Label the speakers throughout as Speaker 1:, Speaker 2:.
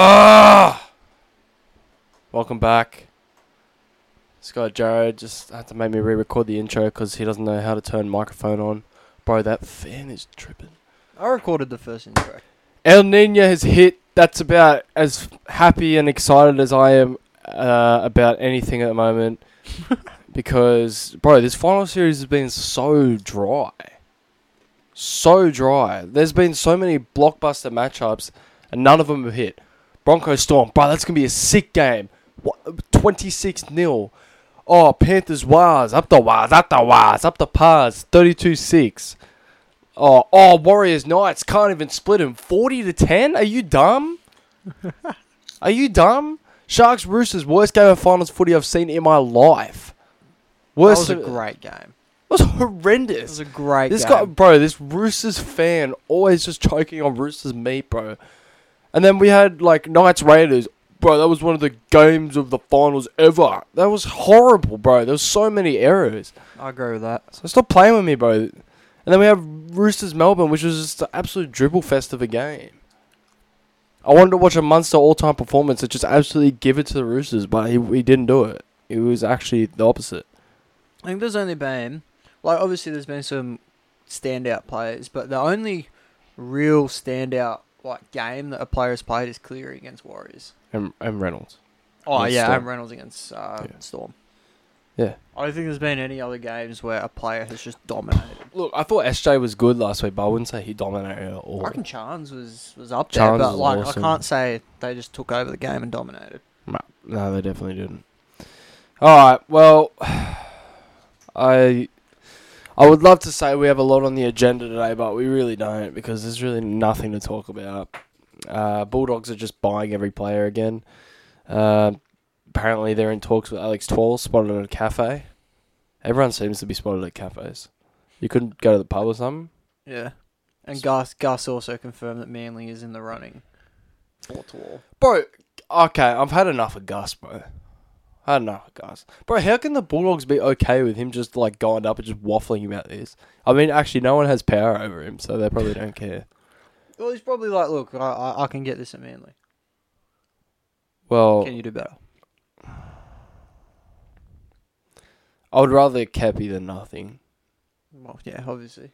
Speaker 1: Ah! Welcome back. This guy Jared just had to make me re-record the intro because he doesn't know how to turn microphone on. Bro, that fan is tripping.
Speaker 2: I recorded the first intro.
Speaker 1: El Nino has hit. That's about as happy and excited as I am uh, about anything at the moment. because, bro, this final series has been so dry. So dry. There's been so many blockbuster matchups, and none of them have hit. Bronco Storm, bro, that's going to be a sick game. 26 0. Oh, Panthers Waz, up the Waz, up the Waz, up the Paz, 32 6. Oh, oh, Warriors Knights can't even split them. 40 to 10? Are you dumb? Are you dumb? Sharks Roosters, worst game of finals footy I've seen in my life.
Speaker 2: That
Speaker 1: Worst
Speaker 2: was a
Speaker 1: of-
Speaker 2: great game.
Speaker 1: it was
Speaker 2: It was
Speaker 1: uh, horrendous.
Speaker 2: a great
Speaker 1: This
Speaker 2: game.
Speaker 1: guy, bro, this Roosters fan always just choking on Roosters meat, bro. And then we had like Knights Raiders, bro. That was one of the games of the finals ever. That was horrible, bro. There was so many errors.
Speaker 2: I agree with that.
Speaker 1: So stop playing with me, bro. And then we have Roosters Melbourne, which was just an absolute dribble fest of a game. I wanted to watch a Munster all-time performance that just absolutely give it to the Roosters, but he, he didn't do it. It was actually the opposite.
Speaker 2: I think there's only been, like, obviously there's been some standout players, but the only real standout like game that a player has played is Cleary against Warriors.
Speaker 1: And, and Reynolds.
Speaker 2: Oh
Speaker 1: Against
Speaker 2: yeah,
Speaker 1: Storm.
Speaker 2: and Reynolds against uh,
Speaker 1: Yeah.
Speaker 2: Storm.
Speaker 1: Yeah.
Speaker 2: I don't think there's been any other games where a player has just dominated.
Speaker 1: Look, I thought SJ was good last week, but I wouldn't say he dominated at all.
Speaker 2: I reckon Chance was was up
Speaker 1: Charles
Speaker 2: there, but
Speaker 1: was
Speaker 2: like
Speaker 1: awesome.
Speaker 2: I can't say they just took over the game and dominated.
Speaker 1: No, no, they definitely didn't. All right, well, I I would love to say we have a lot on the agenda today, but we really don't because there's really nothing to talk about. Uh, Bulldogs are just buying every player again. Uh, apparently, they're in talks with Alex Twall, spotted at a cafe. Everyone seems to be spotted at cafes. You couldn't go to the pub or something.
Speaker 2: Yeah. And Gus Gus also confirmed that Manly is in the running. Four to all.
Speaker 1: Bro, okay, I've had enough of Gus, bro. I had enough of Gus. Bro, how can the Bulldogs be okay with him just like going up and just waffling about this? I mean, actually, no one has power over him, so they probably don't care.
Speaker 2: Well, he's probably like, look, I, I, I can get this at Manly.
Speaker 1: Well,
Speaker 2: Can you do better?
Speaker 1: I would rather Cappy than nothing.
Speaker 2: Well, yeah, obviously.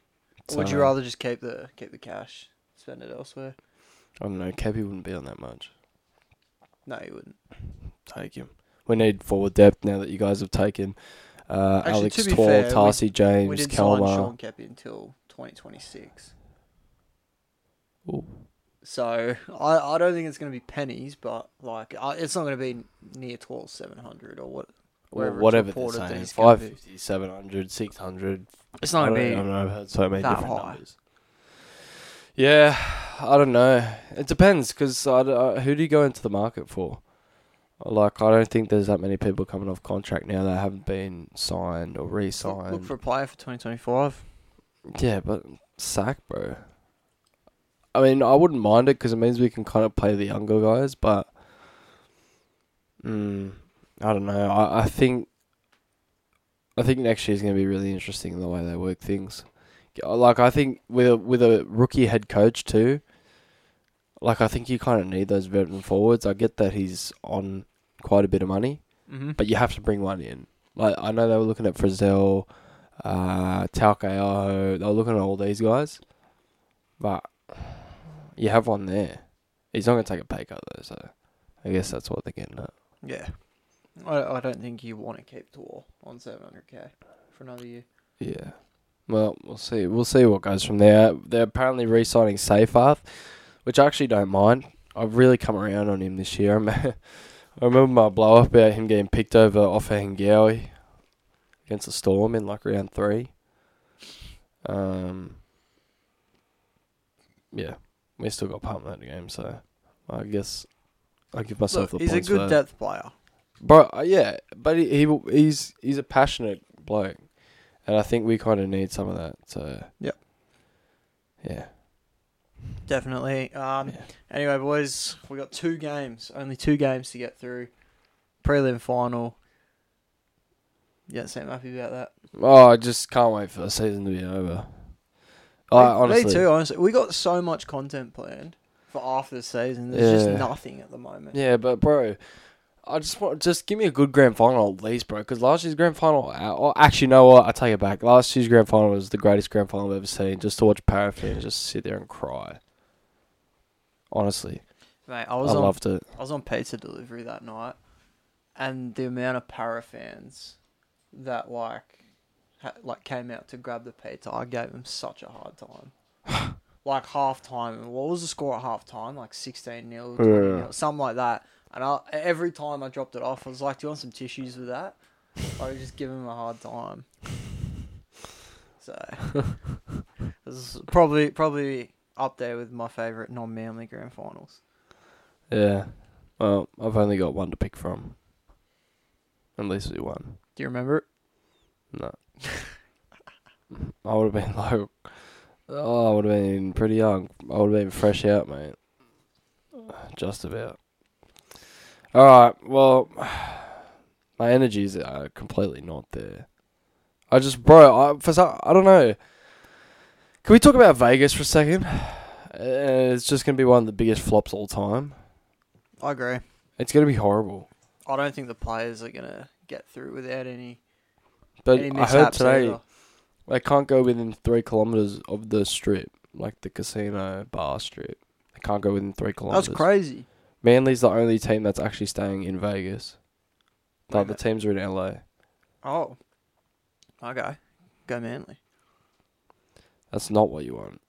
Speaker 1: So,
Speaker 2: Or would you rather just keep the keep the cash, spend it elsewhere?
Speaker 1: I don't know. Cappy wouldn't be on that much.
Speaker 2: No, you wouldn't.
Speaker 1: Take him. We need forward depth now that you guys have taken uh,
Speaker 2: Actually,
Speaker 1: Alex
Speaker 2: to be
Speaker 1: Twall,
Speaker 2: fair, we-
Speaker 1: Tarsi
Speaker 2: we
Speaker 1: James,
Speaker 2: didn't sign
Speaker 1: Kalmar.
Speaker 2: Sean Kepi until 2026.
Speaker 1: Ooh.
Speaker 2: So I, I don't think it's going to be pennies, but like I, it's not going to be near 12, 700 or what.
Speaker 1: Or
Speaker 2: wherever it's
Speaker 1: whatever they're
Speaker 2: reported that
Speaker 1: saying.
Speaker 2: he's gonna be.
Speaker 1: 550, 700, 600,
Speaker 2: It's not
Speaker 1: I
Speaker 2: going
Speaker 1: don't
Speaker 2: to be.
Speaker 1: know. I've heard so many
Speaker 2: that
Speaker 1: different
Speaker 2: high.
Speaker 1: numbers. Yeah, I don't know. It depends because I, d- I- who do you go into the market for? Like, I don't think there's that many people coming off contract now that haven't been signed or
Speaker 2: Look,
Speaker 1: re-signed.
Speaker 2: look for a player for 2025.
Speaker 1: yeah, but sack, bro. I mean, I wouldn't mind it because it means we can kind of play the younger guys, but mm, I don't know. I, I think I think next year's going to be really interesting the way they work things. Yeah, Like I think with a, with a rookie head coach too. Like I think you kind of need those veteran forwards. I get that he's on quite a bit of money,
Speaker 2: Mm-hmm.
Speaker 1: but you have to bring one in. Like I know they were looking at Frizzell, uh, Taukeo, they were looking at all these guys, but you have one there. He's not gonna take a pay cut though, so I guess that's what they're getting at.
Speaker 2: Yeah. I, I don't think you want to keep Tor on 700k for another year.
Speaker 1: Yeah. Well, we'll see. We'll see what goes from there. They're apparently re-signing Seyfarth, which I actually don't mind. I've really come around on him this year. I remember my blow up about him getting picked over off of Hengawi against the Storm in like round three. Um, yeah, we still got pumped that game, so I guess I give myself
Speaker 2: Look,
Speaker 1: the
Speaker 2: he's a
Speaker 1: points for that.
Speaker 2: good depth player.
Speaker 1: Bro, uh, yeah, but he, he will- he's he's a passionate bloke, and I think we kind of need some of that. So
Speaker 2: Yep.
Speaker 1: yeah,
Speaker 2: Definitely. Um,
Speaker 1: Yeah.
Speaker 2: Anyway, boys, we got two games, only two games to get through. Prelim final. You don't seem happy about that.
Speaker 1: Oh, I just can't wait for the season to be over. I
Speaker 2: Me-
Speaker 1: honestly,
Speaker 2: me too. Honestly, we got so much content planned for after the season. There's
Speaker 1: Yeah.
Speaker 2: just nothing at the moment.
Speaker 1: Yeah, but bro, I just want just give me a good grand final at least, bro. Because last year's grand final, oh, actually, you know what? I take it back. Last year's grand final was the greatest grand final I've ever seen. Just to watch Para fans just sit there and cry. Honestly,
Speaker 2: Mate,
Speaker 1: I,
Speaker 2: I was on
Speaker 1: loved it.
Speaker 2: I was on pizza delivery that night, and the amount of para fans that like ha- like came out to grab the pizza, I gave them such a hard time. like half time, what was the score at half time? Like sixteen 0
Speaker 1: Yeah.
Speaker 2: something like that. And I, every time I dropped it off, I was like, "Do you want some tissues with that?" I was just giving them a hard time. So this is probably probably up there with my favorite non-manly grand finals.
Speaker 1: Yeah. Well, I've only got one to pick from. At least we won.
Speaker 2: Do you remember it?
Speaker 1: No. I would have been like, oh, I would have been pretty young. I would have been fresh out, mate. Just about. All right. Well, my energies are completely not there. I just, bro. I for some, I don't know. Can we talk about Vegas for a second? Uh, It's just gonna be one of the biggest flops all time.
Speaker 2: I agree.
Speaker 1: It's gonna be horrible.
Speaker 2: I don't think the players are gonna get through without any
Speaker 1: But
Speaker 2: any
Speaker 1: I heard
Speaker 2: mishaps
Speaker 1: today.
Speaker 2: either.
Speaker 1: They can't go within three kilometers of the strip, like the casino bar strip. They can't go within three kilometers.
Speaker 2: That's crazy.
Speaker 1: Manly's the only team that's actually staying in Vegas. The
Speaker 2: Wait a
Speaker 1: other
Speaker 2: minute.
Speaker 1: teams are in LA.
Speaker 2: Oh, okay. Go Manly.
Speaker 1: That's not what you want,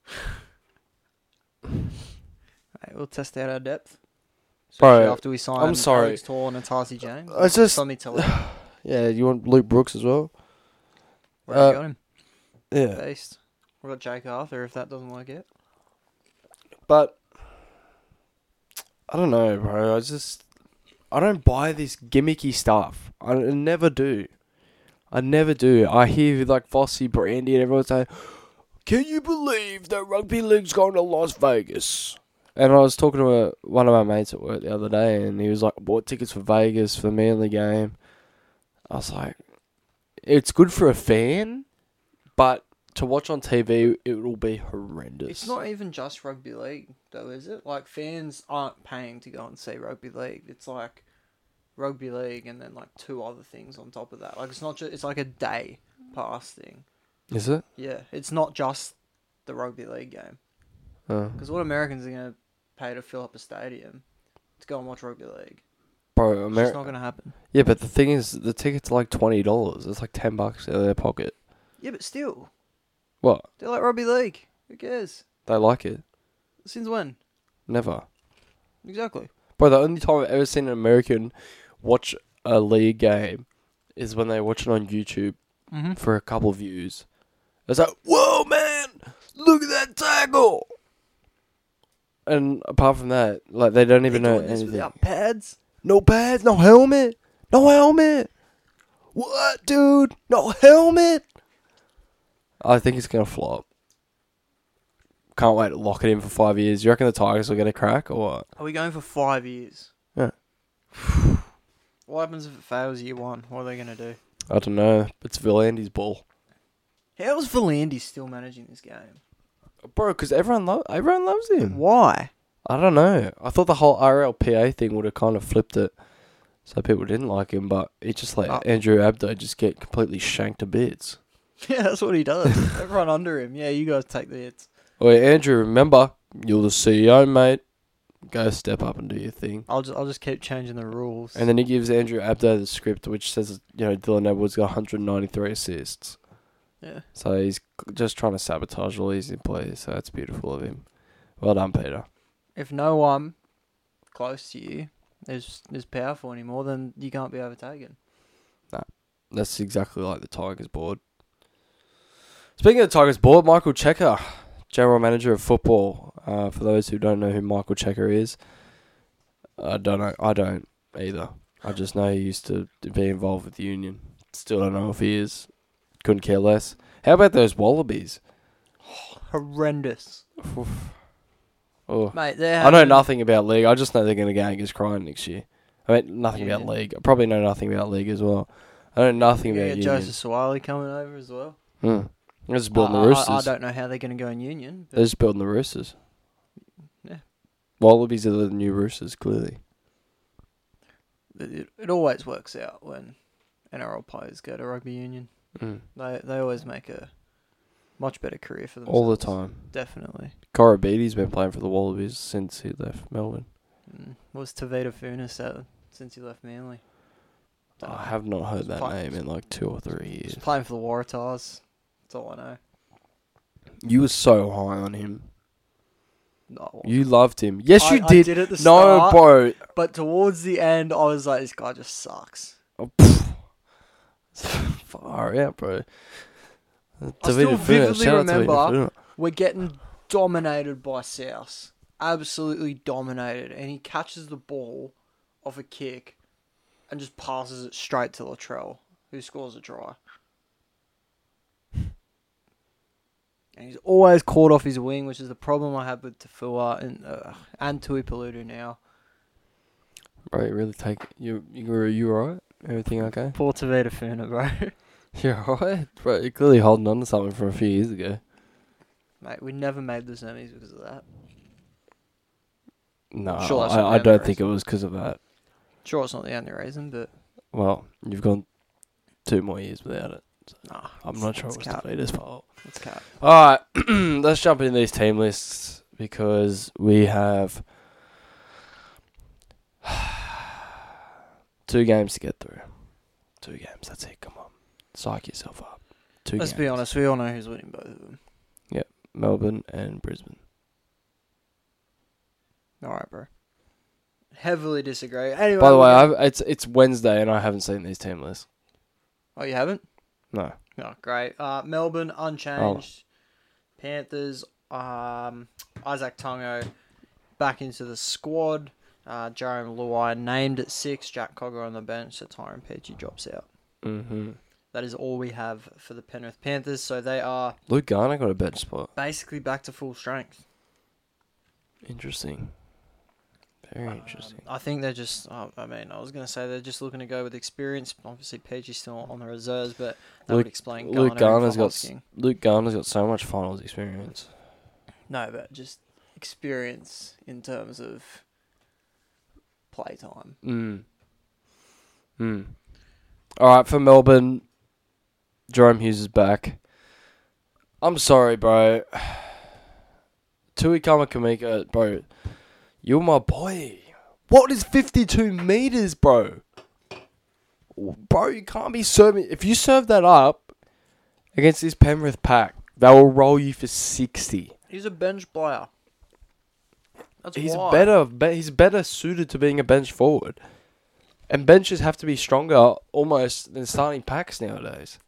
Speaker 2: Right, we'll test out our depth.
Speaker 1: bro.
Speaker 2: Especially after we sign
Speaker 1: I'm sorry.
Speaker 2: Alex Torn and Tarsi James.
Speaker 1: I just-
Speaker 2: Tommy Tiller.
Speaker 1: yeah, you want Luke Brooks as well.
Speaker 2: We
Speaker 1: Uh,
Speaker 2: got him.
Speaker 1: Yeah,
Speaker 2: Beast. We got Jake Arthur. If that doesn't work out,
Speaker 1: but I don't know, bro. I just I don't buy this gimmicky stuff. I, I never do. I never do. I hear like Fossey, Brandy, and everyone say, "Can you believe that rugby league's gone to Las Vegas?" And I was talking to a, one of my mates at work the other day, and he was like, "Bought tickets for Vegas for the Manly game." I was like, "It's good for a fan, but to watch on TV, it will be horrendous."
Speaker 2: it's not even just rugby league, though, is it? Like fans aren't paying to go and see rugby league. It's like rugby league and then like two other things on top of that. Like it's not just. It's like a day pass thing.
Speaker 1: Is it?
Speaker 2: Yeah, it's not just the rugby league game.
Speaker 1: Uh,
Speaker 2: Because what Americans are going to pay to fill up a stadium to go and watch rugby league?
Speaker 1: bro,
Speaker 2: It's just not
Speaker 1: America.
Speaker 2: going to happen.
Speaker 1: Yeah, but the thing is, the tickets are like twenty dollars. It's like ten bucks out of their pocket.
Speaker 2: Yeah, but still,
Speaker 1: What?
Speaker 2: they like rugby league. Who cares?
Speaker 1: They like it?
Speaker 2: Since when?
Speaker 1: Never.
Speaker 2: Exactly.
Speaker 1: Bro, the only time I've ever seen an American watch a league game is when they watch it on YouTube
Speaker 2: Mm-hmm.
Speaker 1: for a couple views. It's like, whoa, man, look at that tackle. And apart from that, like they don't even know
Speaker 2: doing this
Speaker 1: anything.
Speaker 2: without pads.
Speaker 1: No pads, no helmet, no helmet. What, dude? No helmet. I think it's gonna flop. Can't wait to lock it in for five years. You reckon the Tigers will get a crack or what?
Speaker 2: Are we going for five years?
Speaker 1: Yeah.
Speaker 2: what happens if it fails year one? What are they going to do?
Speaker 1: I don't know. It's Villandy's ball,
Speaker 2: How's Volandi still managing this game?
Speaker 1: bro. Because everyone lo- everyone loves him.
Speaker 2: Why?
Speaker 1: I don't know. I thought the whole RLPA thing would have kind of flipped it, so people didn't like him. But it just let
Speaker 2: Oh.
Speaker 1: Andrew Abdo just get completely shanked to bits.
Speaker 2: Yeah, that's what he does. Everyone under him. Yeah, you guys take the hits.
Speaker 1: Wait, Andrew, remember you're the CEO, mate. Go step up and do your thing.
Speaker 2: I'll just I'll just keep changing the rules.
Speaker 1: And then he gives Andrew Abdo the script, which says, you know, Dylan Edwards got 193 assists.
Speaker 2: yeah.
Speaker 1: So he's c- just trying to sabotage all these employees. So that's beautiful of him. Well done, Peter.
Speaker 2: if no one close to you is is powerful anymore, then you can't be overtaken.
Speaker 1: That's exactly like the Tigers board. Speaking of the Tigers board, Michael Checker, general manager of football. Uh, for those who don't know who Michael Checker is, I don't know. I don't either. I just know he used to be involved with the Union. Still don't know if he is. Couldn't care less. How about those Wallabies?
Speaker 2: Horrendous,
Speaker 1: Oh,
Speaker 2: mate. They're
Speaker 1: I know
Speaker 2: having-
Speaker 1: nothing about league. I just know they're going to go against crying next year. I mean, nothing about
Speaker 2: Union.
Speaker 1: league. I probably know nothing about league as well. I know nothing
Speaker 2: Yeah,
Speaker 1: about Union.
Speaker 2: Joseph Sawali coming over as well.
Speaker 1: Hmm. They're
Speaker 2: Uh,
Speaker 1: just building
Speaker 2: I,
Speaker 1: the
Speaker 2: I-
Speaker 1: Roosters.
Speaker 2: I, I don't know how they're going to go in union.
Speaker 1: They're
Speaker 2: But
Speaker 1: just building the Roosters.
Speaker 2: Yeah.
Speaker 1: Wallabies are the new Roosters, clearly.
Speaker 2: It, it always works out when NRL players go to rugby union.
Speaker 1: Hmm.
Speaker 2: They they always make a much better career for themselves.
Speaker 1: All the time.
Speaker 2: Definitely.
Speaker 1: Corabidi's been playing for the Wallabies since he left Melbourne.
Speaker 2: Mm. Was Tavita Funas at since he left Manly? Don't know.
Speaker 1: I have not heard that
Speaker 2: Fine.
Speaker 1: name in like two or three
Speaker 2: He's
Speaker 1: years.
Speaker 2: playing for the Waratahs. That's all I know.
Speaker 1: You were so high on him.
Speaker 2: No,
Speaker 1: You loved him. Yes,
Speaker 2: I-
Speaker 1: you
Speaker 2: I
Speaker 1: did.
Speaker 2: did at the
Speaker 1: no,
Speaker 2: start.
Speaker 1: bro.
Speaker 2: But towards the end, I was like, this guy just sucks.
Speaker 1: Oh, pff. Far out, bro.
Speaker 2: I still
Speaker 1: Davida Funa,
Speaker 2: vividly
Speaker 1: shout out Davida
Speaker 2: remember-
Speaker 1: Funa.
Speaker 2: We're getting dominated by South. Absolutely dominated. And he catches the ball off a kick and just passes it straight to Latrell, who scores a try. And he's always caught off his wing, which is the problem I have with Tafua and, uh, and Tuipalutu now.
Speaker 1: Bro, you really take you. You were you alright? Everything okay?
Speaker 2: Poor Tavita Funa, bro.
Speaker 1: You're alright, bro. You're clearly holding on to something from a few years ago.
Speaker 2: Mate, we never made the semis because of that.
Speaker 1: No,
Speaker 2: Sure, that's not
Speaker 1: I, I
Speaker 2: the
Speaker 1: don't
Speaker 2: only
Speaker 1: think it was because of that.
Speaker 2: Sure, it's not the only reason, but
Speaker 1: Well, you've gone two more years without it.
Speaker 2: nah,
Speaker 1: I'm
Speaker 2: it's-
Speaker 1: not sure it
Speaker 2: it's
Speaker 1: was
Speaker 2: cap.
Speaker 1: Davita's fault.
Speaker 2: It's cap.
Speaker 1: All right, let's jump into these team lists because we have two games to get through. Two games. That's it. Come on, psych yourself up. 2
Speaker 2: Let's
Speaker 1: games.
Speaker 2: be honest, we all know who's winning both of them.
Speaker 1: Melbourne and Brisbane.
Speaker 2: All right, bro. Heavily disagree. Anyway,
Speaker 1: By the way,
Speaker 2: we're gonna-
Speaker 1: I've, it's it's Wednesday and I haven't seen these team lists.
Speaker 2: oh, you haven't?
Speaker 1: No.
Speaker 2: No, great. Uh, Melbourne unchanged.
Speaker 1: Oh.
Speaker 2: Panthers. Um, Isaac Tongo back into the squad. Uh, Jerome Luai named at six. Jack Cogger on the bench. So Tyron Peachy drops out.
Speaker 1: Mm-hmm.
Speaker 2: That is all we have for the Penrith Panthers. So they are
Speaker 1: Luke Garner got a bench spot.
Speaker 2: basically back to full strength.
Speaker 1: Interesting. Very
Speaker 2: Um,
Speaker 1: interesting.
Speaker 2: I think they're just. Uh, I mean, I was going to say they're just looking to go with experience. Obviously, Peachy's still on the reserves, but that
Speaker 1: Luke-
Speaker 2: would explain.
Speaker 1: Luke
Speaker 2: Garner
Speaker 1: Garner's
Speaker 2: and
Speaker 1: got s-
Speaker 2: Verhofsky.
Speaker 1: Luke Garner's got so much finals experience.
Speaker 2: No, but just experience in terms of playtime.
Speaker 1: Mm. Mm. All right, for Melbourne, Jerome Hughes is back. I'm sorry, bro. Tui Kamakamika, bro, you're my boy. What is 52 meters, bro? Bro, you can't be serving. If you serve that up against this Penrith pack, they will roll you for 60.
Speaker 2: He's a bench player. That's
Speaker 1: he's
Speaker 2: why.
Speaker 1: better. Be, he's better suited to being a bench forward, and benches have to be stronger almost than starting packs nowadays.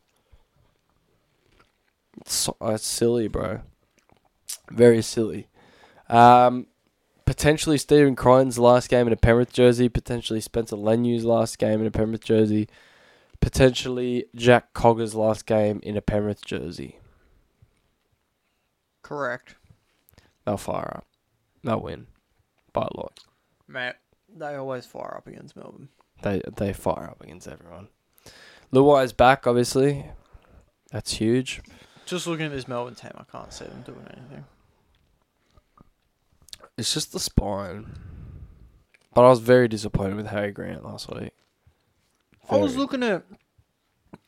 Speaker 1: It's, so, uh, it's silly, bro. Very silly. Um, potentially Stephen Crichton's last game in a Penrith jersey. Potentially Spencer Lenu's last game in a Penrith jersey. Potentially Jack Cogger's last game in a Penrith jersey.
Speaker 2: Correct,
Speaker 1: They'll fire up. They'll win by a lot.
Speaker 2: mate. They always fire up against Melbourne.
Speaker 1: They they fire up against everyone. Luai is back, obviously. That's huge.
Speaker 2: Just looking at this Melbourne team, I can't see them doing anything.
Speaker 1: It's just the spine. But I was very disappointed with Harry Grant last week.
Speaker 2: I was
Speaker 1: Very.
Speaker 2: looking at.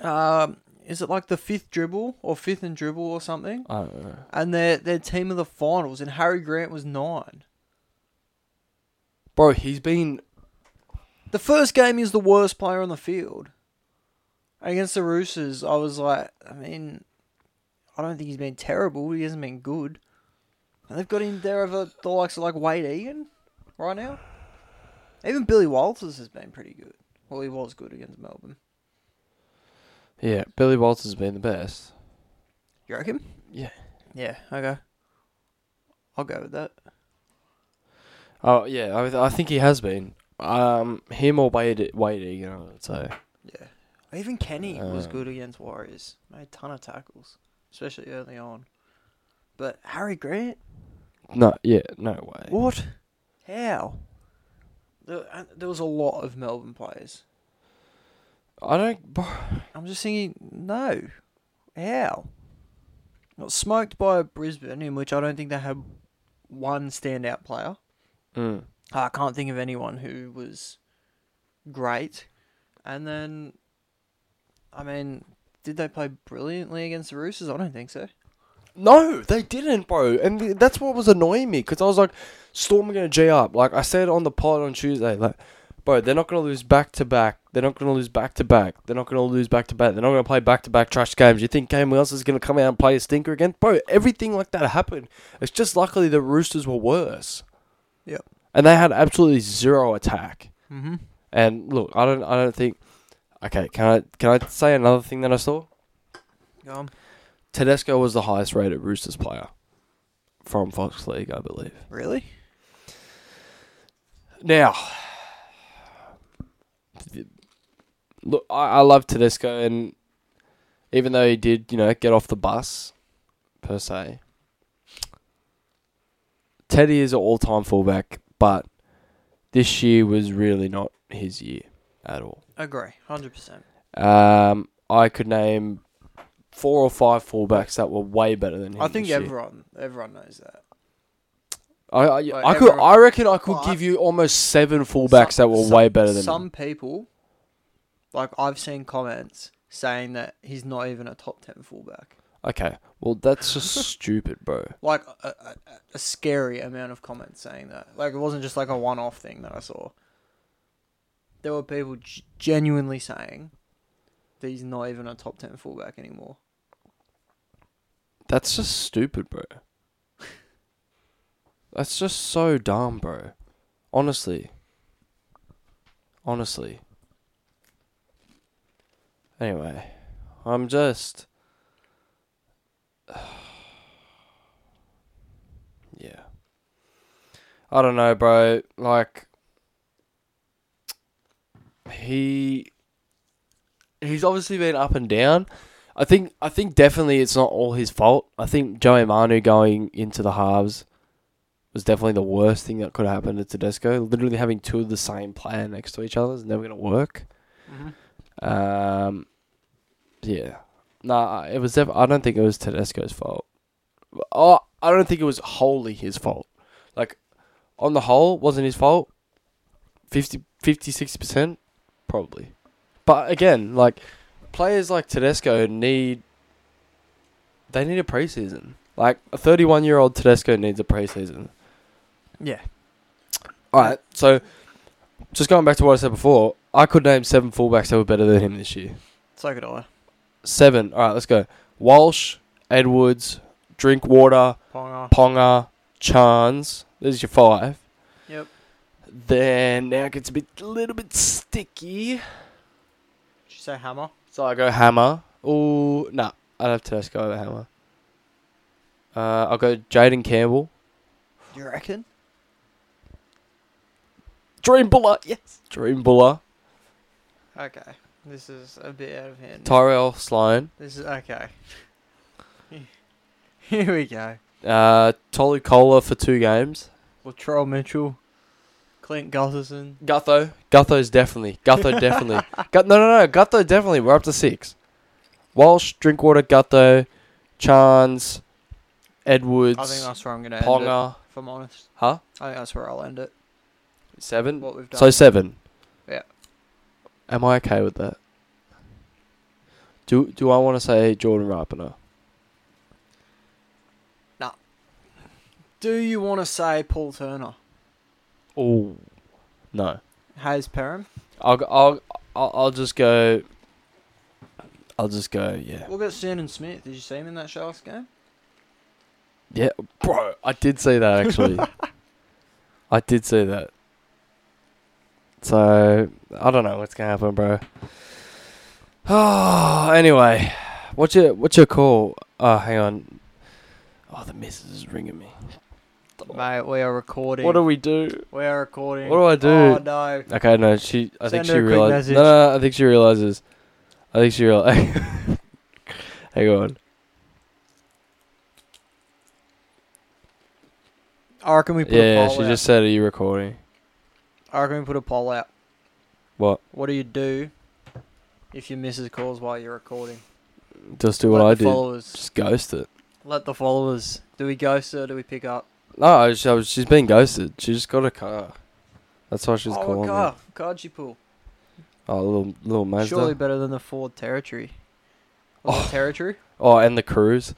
Speaker 2: Um, is it like the fifth dribble or fifth and dribble or something?
Speaker 1: I don't know.
Speaker 2: and their their team of the finals, and Harry Grant was nine.
Speaker 1: Bro, he's been
Speaker 2: The first game is the worst player on the field. Against the Roosters, I was like, I mean, I don't think he's been terrible. He hasn't been good. And they've got him there over the likes of like Wade Egan right now. Even Billy Walters has been pretty good. Well, he was good against Melbourne.
Speaker 1: Yeah, Billy Walters has been the best.
Speaker 2: You reckon?
Speaker 1: Yeah.
Speaker 2: Yeah. Okay. I'll go with that.
Speaker 1: Oh yeah, I I think he has been. Um him or Wade Wade, you know, I would say.
Speaker 2: Yeah. Even Kenny was
Speaker 1: Um,
Speaker 2: good against Warriors. Made a ton of tackles, especially early on. But Harry Grant,
Speaker 1: No, yeah, no way.
Speaker 2: what? How? There, uh, there was a lot of Melbourne players.
Speaker 1: I don't bro,
Speaker 2: I'm just thinking, no. How? Got smoked by Brisbane, in which I don't think they had one standout player.
Speaker 1: Mm.
Speaker 2: I can't think of anyone who was great. And then, I mean, did they play brilliantly against the Roosters? I don't think so.
Speaker 1: No, they didn't, bro. And th- that's what was annoying me because I was like, Storm are going to G up. Like I said on the pod on Tuesday, like, bro, they're not going to lose back to back. They're not going to lose back to back. They're not going to lose back to back. They're not going to play back to back trash games. You think Cam Wells is going to come out and play a stinker again? Bro, everything like that happened. It's just luckily the Roosters were worse.
Speaker 2: Yep.
Speaker 1: And they had absolutely zero attack.
Speaker 2: Mm-hmm.
Speaker 1: And look, I don't, I don't think. Okay, can I, can I say another thing that I saw?
Speaker 2: Go on.
Speaker 1: Tedesco was the highest rated Roosters player from Fox League, I believe.
Speaker 2: Really?
Speaker 1: Now, look, I, I love Tedesco, and even though he did, you know, get off the bus, per se, Teddy is an all time fullback, but this year was really not his year at all.
Speaker 2: Agree, hundred percent.
Speaker 1: Um, I could name four or five fullbacks that were way better than him.
Speaker 2: I think
Speaker 1: this year.
Speaker 2: everyone, everyone knows that.
Speaker 1: I, I,
Speaker 2: Like,
Speaker 1: I could.
Speaker 2: everyone-
Speaker 1: I reckon I could
Speaker 2: Well, I-
Speaker 1: give you almost seven fullbacks that
Speaker 2: Some-
Speaker 1: were
Speaker 2: some-
Speaker 1: way better than
Speaker 2: some
Speaker 1: him.
Speaker 2: people. Like I've seen comments saying that he's not even a top ten fullback.
Speaker 1: Okay, well that's just stupid, bro.
Speaker 2: Like a, a, a scary amount of comments saying that. Like it wasn't just like a one-off thing that I saw. There were people g- genuinely saying that he's not even a top ten fullback anymore.
Speaker 1: That's just stupid, bro. That's just so dumb, bro. Honestly. Honestly. Anyway, I'm just. yeah. I don't know, bro. Like. He. He's obviously been up and down. I think I think definitely it's not all his fault. I think Joey Manu going into the halves was definitely the worst thing that could have happened to Tedesco. Literally having two of the same player next to each other is never going to work. Um, yeah, nah, it was. Def- I don't think it was Tedesco's fault. Oh, I don't think it was wholly his fault. Like on the whole, wasn't his fault. 50 60 percent, probably. But again, like players like Tedesco need they need a preseason. Like a 31 year old Tedesco needs a preseason.
Speaker 2: Yeah.
Speaker 1: All right, so just going back to what I said before, I could name seven fullbacks that were better than him this year.
Speaker 2: So could I.
Speaker 1: Seven. All right, let's go. Walsh, Edwards, Drinkwater,
Speaker 2: Ponga.
Speaker 1: Ponga, Chans. There's your five.
Speaker 2: Yep.
Speaker 1: Then now it gets a bit, a little bit sticky.
Speaker 2: Did you say Hammer?
Speaker 1: So I go Hammer. Ooh, nah. I'd have Tedesco over Hammer. Uh, I'll go Jaden Campbell.
Speaker 2: You reckon?
Speaker 1: Dream Buller, yes. Dream Buller.
Speaker 2: Okay. This is a bit out of hand.
Speaker 1: Tyrell Sloan.
Speaker 2: This is okay. Here we go.
Speaker 1: Uh, Tolu Kola for two games.
Speaker 2: Latrell Mitchell, Clint Gutherson.
Speaker 1: Gutho. Gutho's definitely. Gutho definitely. Gut, no, no, no. Gutho definitely. We're up to six. Walsh, Drinkwater, Gutho, Chans, Edwards,
Speaker 2: I think that's where I'm gonna end it.
Speaker 1: Ponga.
Speaker 2: If I'm honest,
Speaker 1: Huh?
Speaker 2: I think that's where I'll end it.
Speaker 1: Seven?
Speaker 2: What we've done.
Speaker 1: So seven.
Speaker 2: Yeah.
Speaker 1: Am I okay with that? Do Do I want to say Jordan Rapiner?
Speaker 2: Do you want to say Paul Turner,
Speaker 1: Oh, no.
Speaker 2: Hayes Perham?
Speaker 1: I'll, go- I'll I'll I'll just go. I'll just go. Yeah.
Speaker 2: What about Shannon Smith? Did you see him in that Sharks game?
Speaker 1: Yeah, bro, I did see that actually. I did see that. So I don't know what's gonna happen, bro. Oh, anyway, what's your what's your call? Oh, hang on. Oh, the missus is ringing me.
Speaker 2: Mate, we are recording.
Speaker 1: What do we do?
Speaker 2: we are recording.
Speaker 1: What do I do?
Speaker 2: Oh no.
Speaker 1: Okay, no, she. I think
Speaker 2: Send her
Speaker 1: she
Speaker 2: a quick
Speaker 1: realizes.
Speaker 2: message.
Speaker 1: No, no, I think she realizes. I think she realizes. hang on.
Speaker 2: I reckon we put
Speaker 1: Yeah,
Speaker 2: a poll
Speaker 1: she
Speaker 2: out.
Speaker 1: just said, "Are you recording?"
Speaker 2: I reckon we put a poll out.
Speaker 1: What?
Speaker 2: What do you do if your missus calls while you're recording?
Speaker 1: Just do what
Speaker 2: Let
Speaker 1: I
Speaker 2: the
Speaker 1: did.
Speaker 2: Followers.
Speaker 1: Just ghost it.
Speaker 2: Let the followers. Do we ghost her? Do we pick up?
Speaker 1: No, I was, I was, she's been ghosted. She just got a car. That's why she's
Speaker 2: oh,
Speaker 1: calling
Speaker 2: God.
Speaker 1: me.
Speaker 2: God, you pull.
Speaker 1: Oh, little little Mazda.
Speaker 2: Surely better than the Ford Territory. Or the Territory?
Speaker 1: Oh, and the cruise.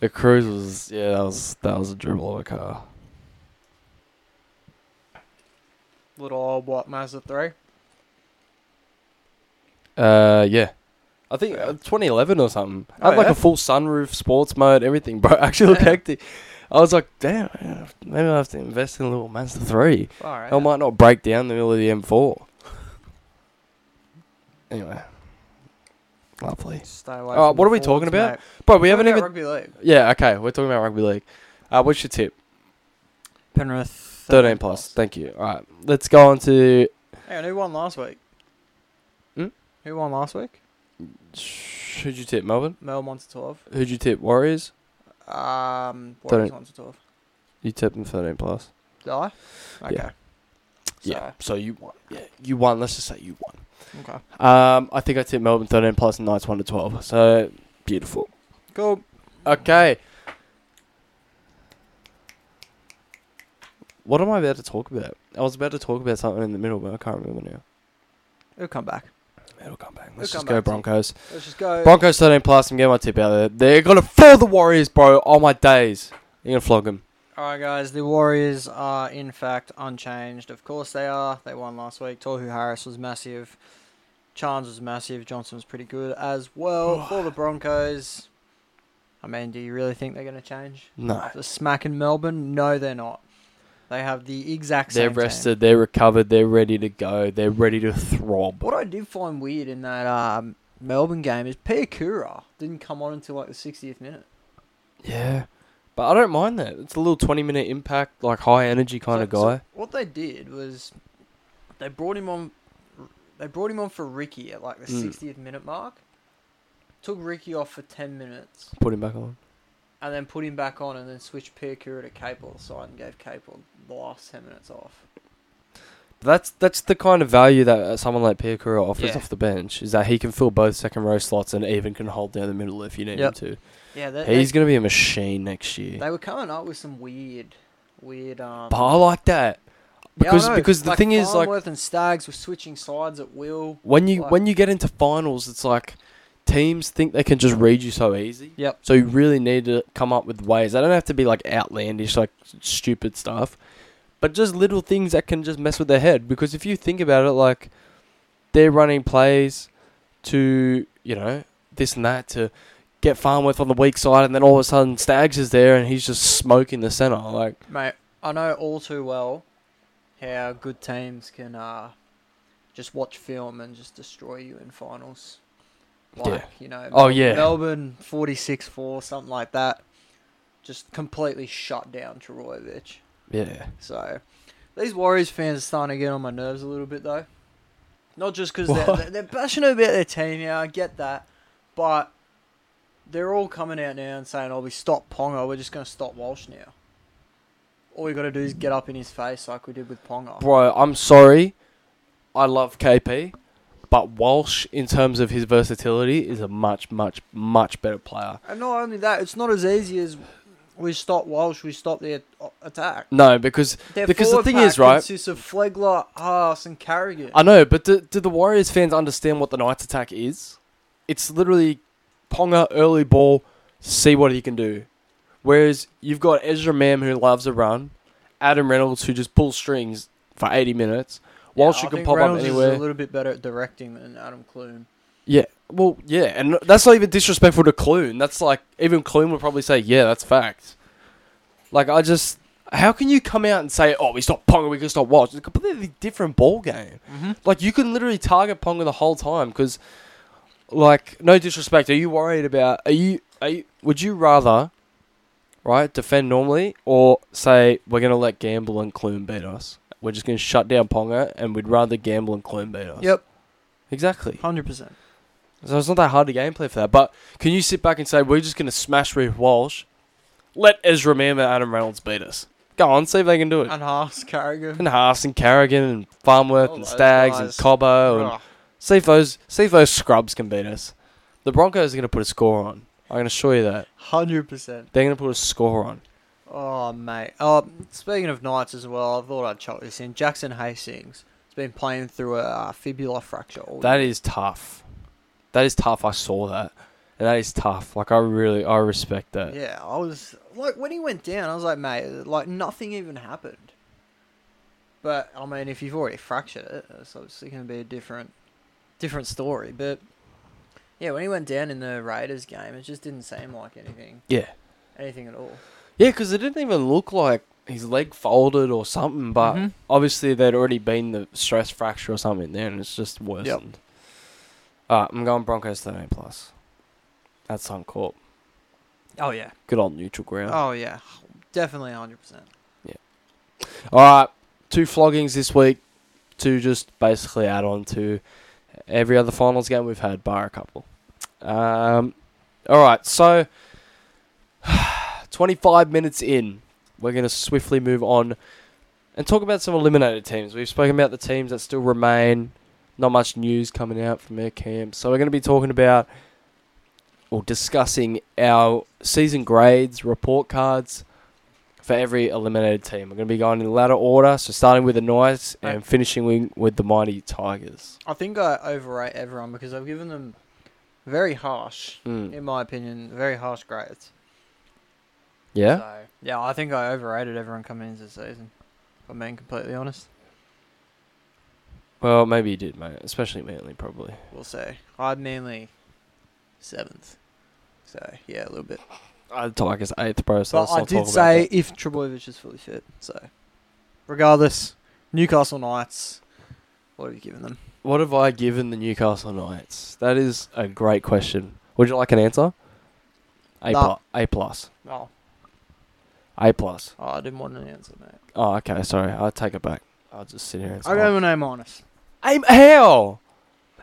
Speaker 1: The cruise was yeah, that was that was a dribble of a car.
Speaker 2: Little old, what, Mazda 3?
Speaker 1: Uh, yeah. I think uh, 2011 or something. I had
Speaker 2: Oh,
Speaker 1: like
Speaker 2: yeah?
Speaker 1: a full sunroof, sports mode, everything, bro. Actually looked
Speaker 2: Yeah.
Speaker 1: hectic. I was like, damn, yeah, maybe I have to invest in a little Mazda 3.
Speaker 2: Alright.
Speaker 1: I might not break down in the middle of the M4. Anyway. Lovely.
Speaker 2: Stay away
Speaker 1: Uh, what
Speaker 2: from the
Speaker 1: are we
Speaker 2: Fords,
Speaker 1: talking about?
Speaker 2: mate.
Speaker 1: Bro, we haven't
Speaker 2: Talking
Speaker 1: even.
Speaker 2: about Rugby league.
Speaker 1: Yeah, okay. We're talking about rugby league. Uh, what's your tip?
Speaker 2: Penrith.
Speaker 1: 13 plus. Thank you. All right. Let's go on to.
Speaker 2: Hang on, who won last week?
Speaker 1: Hmm?
Speaker 2: Who won last week?
Speaker 1: Who'd you tip? Melbourne?
Speaker 2: Melbourne won to 12.
Speaker 1: Who'd you tip? Warriors?
Speaker 2: Um, Warriors
Speaker 1: Don't-
Speaker 2: won to 12.
Speaker 1: You tipped them 13 plus.
Speaker 2: Did I? Okay.
Speaker 1: Yeah. Yeah. So
Speaker 2: So,
Speaker 1: you won. Yeah. You won. Let's just say you won.
Speaker 2: Okay.
Speaker 1: Um, I think I tipped Melbourne 13 plus and Knights 1 to 12. So beautiful.
Speaker 2: Cool.
Speaker 1: Okay. What am I about to talk about? I was about to talk about something in the middle, but I can't remember now.
Speaker 2: It'll come back.
Speaker 1: It'll come back. Let's
Speaker 2: It'll
Speaker 1: just
Speaker 2: come
Speaker 1: go
Speaker 2: back to you.
Speaker 1: Broncos.
Speaker 2: Let's just go.
Speaker 1: Broncos 13 plus. I'm getting my tip out there. They're going to floor the Warriors, bro. Oh, my days. You're going to flog them.
Speaker 2: Alright, guys. The Warriors are, in fact, unchanged. Of course they are. They won last week. Torhu Harris was massive. Chance was massive. Johnson was pretty good as well. For the Broncos, I mean, do you really think they're going to change?
Speaker 1: No.
Speaker 2: The smack in Melbourne? No, they're not. They have the exact same.
Speaker 1: They're
Speaker 2: team.
Speaker 1: rested. They're recovered. They're ready to go. They're ready to throb.
Speaker 2: What I did find weird in that um, Melbourne game is Pia Kura didn't come on until like the 60th minute.
Speaker 1: Yeah. But I don't mind that. It's a little 20 minute impact, like high energy kind
Speaker 2: So-
Speaker 1: of
Speaker 2: so
Speaker 1: guy.
Speaker 2: what they did was they brought him on. They brought him on for Ricky at like the
Speaker 1: Mm.
Speaker 2: 60th minute mark. Took Ricky off for 10 minutes
Speaker 1: Put him back on.
Speaker 2: and then put him back on and then switched Pia Kura to Capel side and gave Capel the last 10 minutes off.
Speaker 1: That's that's the kind of value that uh, someone like Pierre Kura offers
Speaker 2: Yeah.
Speaker 1: off the bench is that he can fill both second row slots and even can hold down the middle if you need
Speaker 2: Yep.
Speaker 1: him
Speaker 2: Yeah,
Speaker 1: to.
Speaker 2: they,
Speaker 1: He's
Speaker 2: they,
Speaker 1: gonna be a machine next year.
Speaker 2: they were coming up with some weird, weird. Um,
Speaker 1: but I like that
Speaker 2: Yeah, I
Speaker 1: because
Speaker 2: know.
Speaker 1: because the
Speaker 2: Like,
Speaker 1: thing is like
Speaker 2: Farnworth and Stags were switching sides at will.
Speaker 1: when you
Speaker 2: like-
Speaker 1: when you get into finals, it's like teams think they can just read you so easy.
Speaker 2: Yep.
Speaker 1: So you really need to come up with ways. They don't have to be like outlandish, like stupid stuff, but just little things that can just mess with their head. Because if you think about it, like they're running plays to you know this and that to get Farmworth on the weak side, and then all of a sudden Stags is there and he's just smoking the center. Like
Speaker 2: Mate, I know all too well how good teams can uh, just watch film and just destroy you in finals. Like,
Speaker 1: Yeah.
Speaker 2: you know,
Speaker 1: Oh, yeah.
Speaker 2: Melbourne 46 4, something like that. Just completely shut down Travojevic.
Speaker 1: yeah,
Speaker 2: So, these Warriors fans are starting to get on my nerves a little bit, though. Not just because they're,
Speaker 1: What?
Speaker 2: they're, they're passionate about their team, yeah, I get that. But they're all coming out now and saying, oh, we stopped Ponga, we're just going to stop Walsh now. All we got to do is get up in his face like we did with Ponga.
Speaker 1: bro, I'm sorry. I love KP, but Walsh, in terms of his versatility, is a much, much, much better player.
Speaker 2: And not only that, it's not as easy as we stop Walsh, we stop their uh, attack.
Speaker 1: No, because
Speaker 2: Their
Speaker 1: Because the
Speaker 2: forward
Speaker 1: thing
Speaker 2: pack
Speaker 1: is, right-
Speaker 2: consists of Flegler, Haas, and Carrigan.
Speaker 1: I know, but do, do the Warriors fans understand what the Knights attack is? It's literally Ponga early ball, see what he can do. Whereas you've got Ezra Mam who loves a run, Adam Reynolds who just pulls strings for 80 minutes. Walsh
Speaker 2: Yeah,
Speaker 1: who
Speaker 2: I
Speaker 1: can
Speaker 2: think
Speaker 1: pop
Speaker 2: Reynolds
Speaker 1: up
Speaker 2: is
Speaker 1: anywhere.
Speaker 2: a little bit better at directing than Adam Clune.
Speaker 1: Yeah. Well, yeah, and that's not even disrespectful to Clune. That's like even Clune would probably say, "Yeah, that's fact." Like I just, how can you come out and say, "Oh, we stop Ponga, we can stop Walsh"? It's a completely different ball game.
Speaker 2: Mhm.
Speaker 1: Like you can literally target Ponga the whole time because, like, no disrespect. Are you worried about? Are you? Are you? Would you rather, right, defend normally or say we're gonna let Gamble and Clune beat us? We're just gonna shut down Ponga, and we'd rather Gamble and Clune beat us.
Speaker 2: Yep,
Speaker 1: Exactly.
Speaker 2: 100%.
Speaker 1: So it's not that hard to gameplay for that. But can you sit back and say we're just going to smash Reef Walsh? Let Ezra Mam and Adam Reynolds beat us. Go on, see if they can do it.
Speaker 2: And Haas, Carrigan.
Speaker 1: And Haas and Carrigan and Farmworth
Speaker 2: Uh, All
Speaker 1: and
Speaker 2: those
Speaker 1: Stags and
Speaker 2: guys.
Speaker 1: Cobbo Oh, and
Speaker 2: Ugh.
Speaker 1: see if those see if those scrubs can beat us. The Broncos are going to put a score on. I'm going to show you that
Speaker 2: 100%.
Speaker 1: they're going to put a score on.
Speaker 2: Oh, mate. Oh, speaking of Knights as well, I thought I'd chuck this in. Jackson Hastings has been playing through a uh, fibula fracture. All
Speaker 1: That is tough. That is tough. I saw that. And that is tough. Like I really, I respect that.
Speaker 2: Yeah, I was like when he went down, I was like, mate, like nothing even happened. But I mean, if you've already fractured it, it's obviously going to be a different, different story. But yeah, when he went down in the Raiders game, it just didn't seem like anything,
Speaker 1: Yeah,
Speaker 2: anything at all.
Speaker 1: yeah. Because it didn't even look like his leg folded or something. But
Speaker 2: Mhm.
Speaker 1: obviously, there'd already been the stress fracture or something there, and it's just worsened. All right, I'm going Broncos 13 plus. That's Suncorp.
Speaker 2: Oh yeah.
Speaker 1: Good old neutral ground.
Speaker 2: Oh yeah. Definitely hundred percent.
Speaker 1: All right, two floggings this week to just basically add on to every other finals game we've had, bar a couple. Um, all right, so 25 minutes in, we're going to swiftly move on and talk about some eliminated teams. We've spoken about the teams that still remain. Not much news coming out from their camps, so we're going to be talking about or discussing our season grades, report cards, for every eliminated team. We're going to be going in ladder order, so starting with the Knights and
Speaker 2: Right.
Speaker 1: finishing wi- with the Mighty Tigers.
Speaker 2: I think I overrate everyone because I've given them very harsh,
Speaker 1: Mm.
Speaker 2: in my opinion, very harsh grades.
Speaker 1: Yeah?
Speaker 2: So, yeah, I think I overrated everyone coming into the season. If I'm being completely honest,
Speaker 1: Well, maybe you did, mate. Especially Manly, probably.
Speaker 2: we'll say I'd mainly seventh. So yeah, a little bit.
Speaker 1: Uh, the Tigers eighth, bro. So
Speaker 2: but
Speaker 1: let's
Speaker 2: I
Speaker 1: not
Speaker 2: did
Speaker 1: talk
Speaker 2: say
Speaker 1: about that.
Speaker 2: if Trebojevic is fully fit. So regardless, Newcastle Knights. What have you given them?
Speaker 1: what have I given the Newcastle Knights? That is a great question. Would you like an answer? A
Speaker 2: Nah.
Speaker 1: plus. A plus.
Speaker 2: Oh,
Speaker 1: A plus.
Speaker 2: oh I didn't want an answer, mate.
Speaker 1: Oh, okay. Sorry, I'll take it back. I'll just sit here and.
Speaker 2: I
Speaker 1: smile.
Speaker 2: gave them an A minus.
Speaker 1: A how?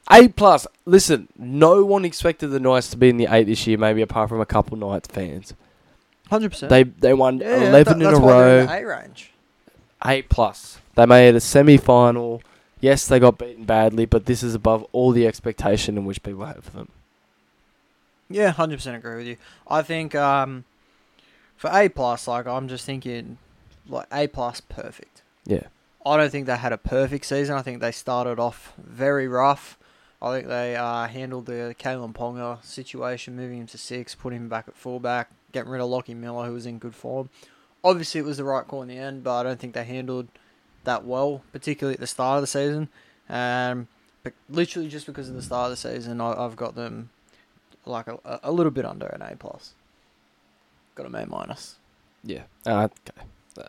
Speaker 1: A plus. Listen, no one expected the Knights to be in the eight this year, maybe apart from a couple Knights fans.
Speaker 2: Hundred percent.
Speaker 1: They they won eleven in a row.
Speaker 2: A range.
Speaker 1: Eight plus. They made a semi final. Yes, they got beaten badly, but this is above all the expectation in which people have for them.
Speaker 2: Yeah, hundred percent agree with you. I think um, for A plus, like I'm just thinking, like A plus, perfect.
Speaker 1: Yeah.
Speaker 2: I don't think they had a perfect season. I think they started off very rough. I think they uh, handled the Kalen Ponga situation, moving him to six, putting him back at fullback, getting rid of Lockie Miller, who was in good form. Obviously, it was the right call in the end, but I don't think they handled that well, particularly at the start of the season. Um, but literally just because of the start of the season, I, I've got them like a, a- a little bit under an A plus. Got an A minus.
Speaker 1: Yeah. Uh, okay.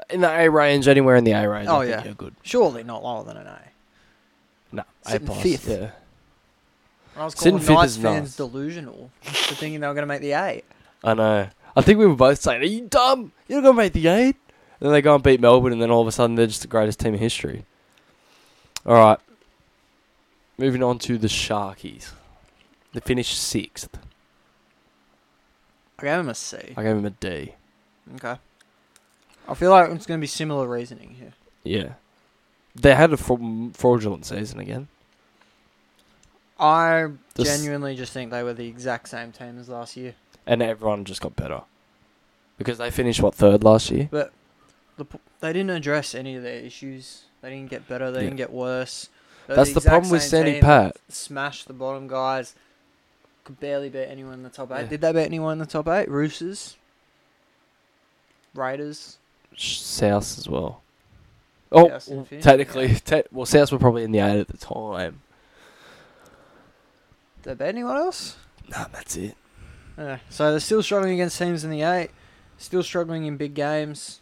Speaker 1: In the A range, anywhere in the A range.
Speaker 2: Oh,
Speaker 1: I think
Speaker 2: yeah.
Speaker 1: You're good.
Speaker 2: Surely not lower than an A.
Speaker 1: No.
Speaker 2: Sitting
Speaker 1: a plus.
Speaker 2: fifth.
Speaker 1: Yeah.
Speaker 2: I was
Speaker 1: Sitting
Speaker 2: calling
Speaker 1: fifth
Speaker 2: Knights
Speaker 1: is
Speaker 2: fans
Speaker 1: nice.
Speaker 2: delusional for thinking they were going to make the A.
Speaker 1: I know. I think we were both saying, "Are you dumb? You're gonna make the eight? And then they go and beat Melbourne, and then all of a sudden they're just the greatest team in history. All right. Moving on to the Sharkies. They finished sixth.
Speaker 2: I gave them a C.
Speaker 1: I gave them a D.
Speaker 2: Okay. I feel like it's going to be similar reasoning here.
Speaker 1: Yeah. They had a fra- fraudulent season again.
Speaker 2: I
Speaker 1: Just-
Speaker 2: genuinely just think they were the exact same team as last year.
Speaker 1: And everyone just got better. Because they finished, what, third last year?
Speaker 2: But the, p- they didn't address any of their issues. They didn't get better. They
Speaker 1: Yeah.
Speaker 2: didn't get worse. They were
Speaker 1: That's the
Speaker 2: exact
Speaker 1: problem with
Speaker 2: same
Speaker 1: Sandy
Speaker 2: team.
Speaker 1: Pat.
Speaker 2: smashed the bottom guys. Could barely beat anyone in the top eight.
Speaker 1: Yeah.
Speaker 2: Did they beat anyone in the top eight? Roosters, Raiders.
Speaker 1: Sh- South as well. Oh,
Speaker 2: South and
Speaker 1: well,
Speaker 2: Finn,
Speaker 1: technically.
Speaker 2: yeah.
Speaker 1: Te- well, South were probably in the eight at the time.
Speaker 2: Did they beat anyone else?
Speaker 1: Nah, that's it.
Speaker 2: Yeah. So they're still struggling against teams in the eight. Still struggling in big games.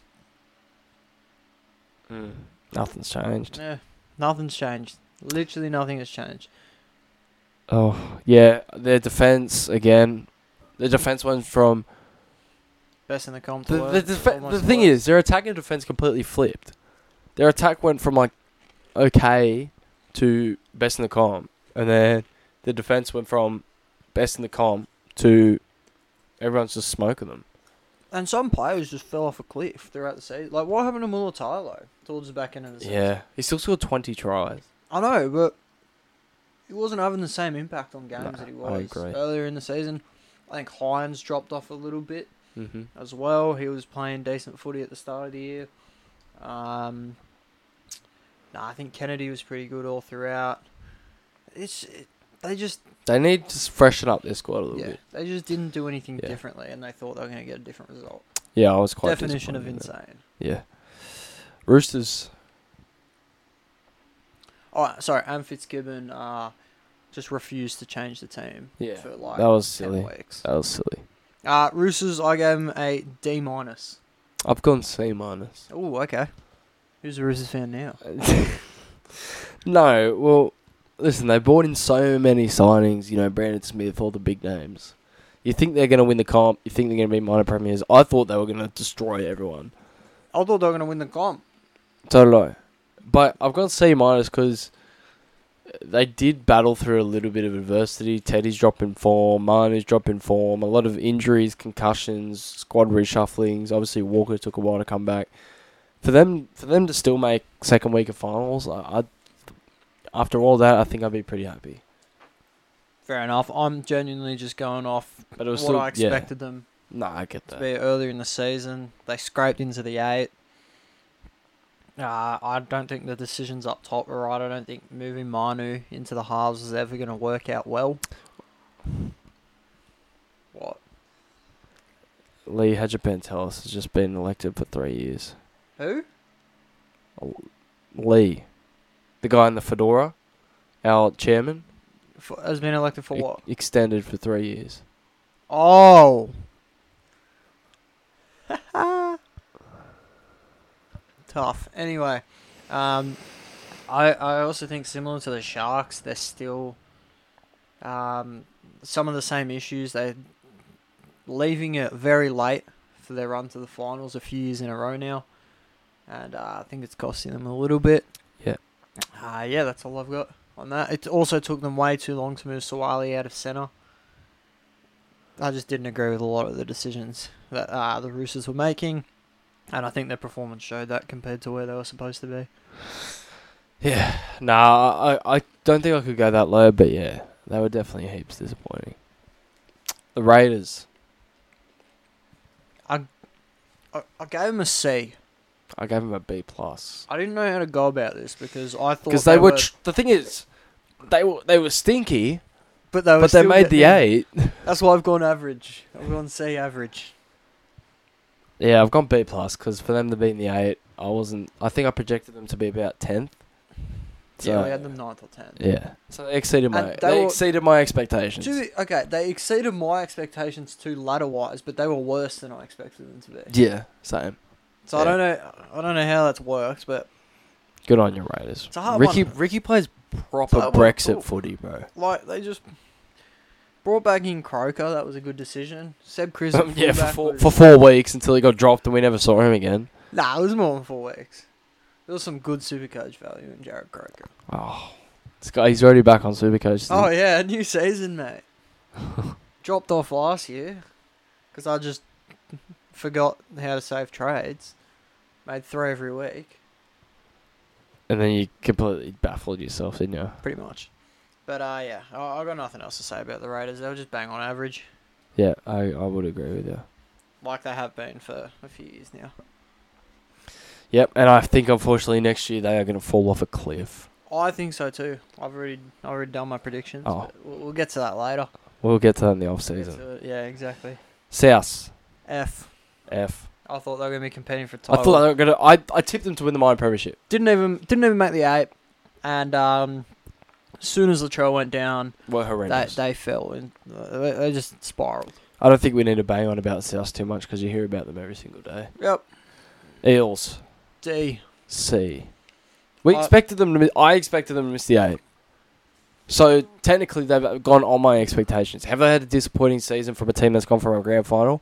Speaker 1: Hmm. Nothing's changed.
Speaker 2: Yeah. Nothing's changed. Literally nothing has changed.
Speaker 1: Oh yeah, their defense again. Their defense went from
Speaker 2: Best in the comp. to
Speaker 1: the the,
Speaker 2: worst,
Speaker 1: defe- the
Speaker 2: almost
Speaker 1: thing
Speaker 2: worst.
Speaker 1: is their attack and defense completely flipped. Their attack went from like okay to best in the comp, and then the defense went from best in the comp to everyone's just smoking them.
Speaker 2: and some players just fell off a cliff throughout the season. Like what happened to Mulatalo towards the back end of the season?
Speaker 1: Yeah, he still scored twenty tries.
Speaker 2: I know, but he wasn't having the same impact on games
Speaker 1: No,
Speaker 2: that he
Speaker 1: I
Speaker 2: was
Speaker 1: agree.
Speaker 2: earlier in the season. I think Hines dropped off a little bit.
Speaker 1: Mm-hmm.
Speaker 2: as well. He was playing decent footy at the start of the year. Um, nah, I think Kennedy was pretty good all throughout. It's it, they just
Speaker 1: They need to s- freshen up their squad a little
Speaker 2: yeah
Speaker 1: bit.
Speaker 2: they just didn't do anything
Speaker 1: Yeah.
Speaker 2: differently, and they thought they were going to get a different result.
Speaker 1: Yeah, I was quite
Speaker 2: Definition of
Speaker 1: disappointed in
Speaker 2: insane.
Speaker 1: that. Yeah, Roosters.
Speaker 2: Oh, sorry, and Fitzgibbon uh, just refused to change the team
Speaker 1: Yeah,
Speaker 2: for like
Speaker 1: that was
Speaker 2: ten
Speaker 1: silly.
Speaker 2: weeks.
Speaker 1: That was silly.
Speaker 2: Uh, Roosters, I gave him a D minus.
Speaker 1: I've gone C minus.
Speaker 2: Oh, okay. Who's a Roosters fan now?
Speaker 1: no, well, listen, they brought in so many signings, you know, Brandon Smith, all the big names. You think they're going to win the comp, you think they're going to be minor premiers. I thought they were going to destroy everyone.
Speaker 2: I thought they were going to win the comp.
Speaker 1: So did I. But I've got C minus because they did battle through a little bit of adversity. Teddy's dropping form, Manu's dropping form, a lot of injuries, concussions, squad reshufflings. Obviously, Walker took a while to come back. For them, for them to still make second week of finals, I, I after all that, I think I'd be pretty happy.
Speaker 2: Fair enough. I'm genuinely just going off
Speaker 1: But it
Speaker 2: what
Speaker 1: was still,
Speaker 2: I expected them
Speaker 1: Yeah. Nah, I get
Speaker 2: to
Speaker 1: that.
Speaker 2: be earlier in the season. They scraped into the eight. Uh, I don't think the decisions up top were right. I don't think moving Manu into the halves is ever going to work out well. What?
Speaker 1: Lee Hedgepentelis has just been elected for three years.
Speaker 2: Who?
Speaker 1: Lee, the guy in the fedora, our chairman.
Speaker 2: For, has been elected for
Speaker 1: e-
Speaker 2: what?
Speaker 1: Extended for three years.
Speaker 2: Oh. Tough. Anyway, um, I I also think similar to the Sharks, they're still um, some of the same issues. They're leaving it very late for their run to the finals a few years in a row now, and uh, I think it's costing them a little bit.
Speaker 1: Yeah.
Speaker 2: Uh, yeah, that's all I've got on that. It also took them way too long to move Sawali out of centre. I just didn't agree with a lot of the decisions that uh, the Roosters were making, and I think their performance showed that compared to where they were supposed to be.
Speaker 1: Yeah. Nah, I, I don't think I could go that low, but yeah, they were definitely heaps disappointing. The Raiders.
Speaker 2: I, I gave them a C.
Speaker 1: I gave them a B plus
Speaker 2: I didn't know how to go about this because I thought
Speaker 1: because they, were. Tr- the thing is, they were they were stinky,
Speaker 2: but they were
Speaker 1: but they
Speaker 2: still
Speaker 1: made the
Speaker 2: getting in.
Speaker 1: eight.
Speaker 2: That's why I've gone average. I've gone C average.
Speaker 1: Yeah, I've gone B plus because for them to be in the eight, I wasn't. I think I projected them to be about tenth. So,
Speaker 2: yeah, we had them ninth or tenth.
Speaker 1: Yeah. So they exceeded my
Speaker 2: And they
Speaker 1: they,
Speaker 2: were-
Speaker 1: exceeded my expectations.
Speaker 2: To be- okay, they exceeded my expectations too ladder wise, but they were worse than I expected them to be.
Speaker 1: yeah, same.
Speaker 2: So I
Speaker 1: Yeah.
Speaker 2: don't know. I don't know how that's worked, but
Speaker 1: Good on your Raiders.
Speaker 2: It's a hard
Speaker 1: Ricky
Speaker 2: one.
Speaker 1: Ricky plays proper
Speaker 2: It's a hard one.
Speaker 1: Brexit
Speaker 2: Ooh.
Speaker 1: footy, bro.
Speaker 2: like they just brought back in Croker. That was a good decision. Seb Chris at
Speaker 1: Um, yeah, for
Speaker 2: fullback
Speaker 1: four,
Speaker 2: was-
Speaker 1: for four weeks until he got dropped and we never saw him again.
Speaker 2: Nah, it was more than four weeks. There was some good supercoach value in Jared Croker.
Speaker 1: Oh, this guy, he's already back on Supercoach. isn't he?
Speaker 2: Oh yeah, new season, mate. Dropped off last year because I just forgot how to save trades. Made three every week,
Speaker 1: And then you completely baffled yourself, didn't you?
Speaker 2: pretty much. But uh, yeah, I, I got nothing else to say about the Raiders. They were just bang on average,
Speaker 1: Yeah, I, I would agree with you.
Speaker 2: like they have been for a few years now.
Speaker 1: Yep, and I think unfortunately next year they are going to fall off a cliff.
Speaker 2: Oh, I think so too. I've already I've already done my predictions.
Speaker 1: Oh.
Speaker 2: but we'll, we'll get to that later.
Speaker 1: We'll get to that in the off
Speaker 2: We'll get
Speaker 1: season.
Speaker 2: to it. Yeah, exactly.
Speaker 1: South
Speaker 2: F.
Speaker 1: F.
Speaker 2: I thought they were gonna be competing for
Speaker 1: I
Speaker 2: title.
Speaker 1: thought they were going to. I I tipped them to win the minor premiership.
Speaker 2: didn't even didn't even make the eight, and um, as soon as Latrell went down,
Speaker 1: Were
Speaker 2: they,
Speaker 1: horrendous.
Speaker 2: they fell and they, they just spiraled.
Speaker 1: I don't think we need to bang on about South too much because you hear about them every single day.
Speaker 2: Yep.
Speaker 1: Eels.
Speaker 2: D.
Speaker 1: C. We
Speaker 2: I-
Speaker 1: expected them to. mi- I expected them to miss the eight. So technically, they've gone on my expectations. Have they had a disappointing season from a team that's gone from a grand final?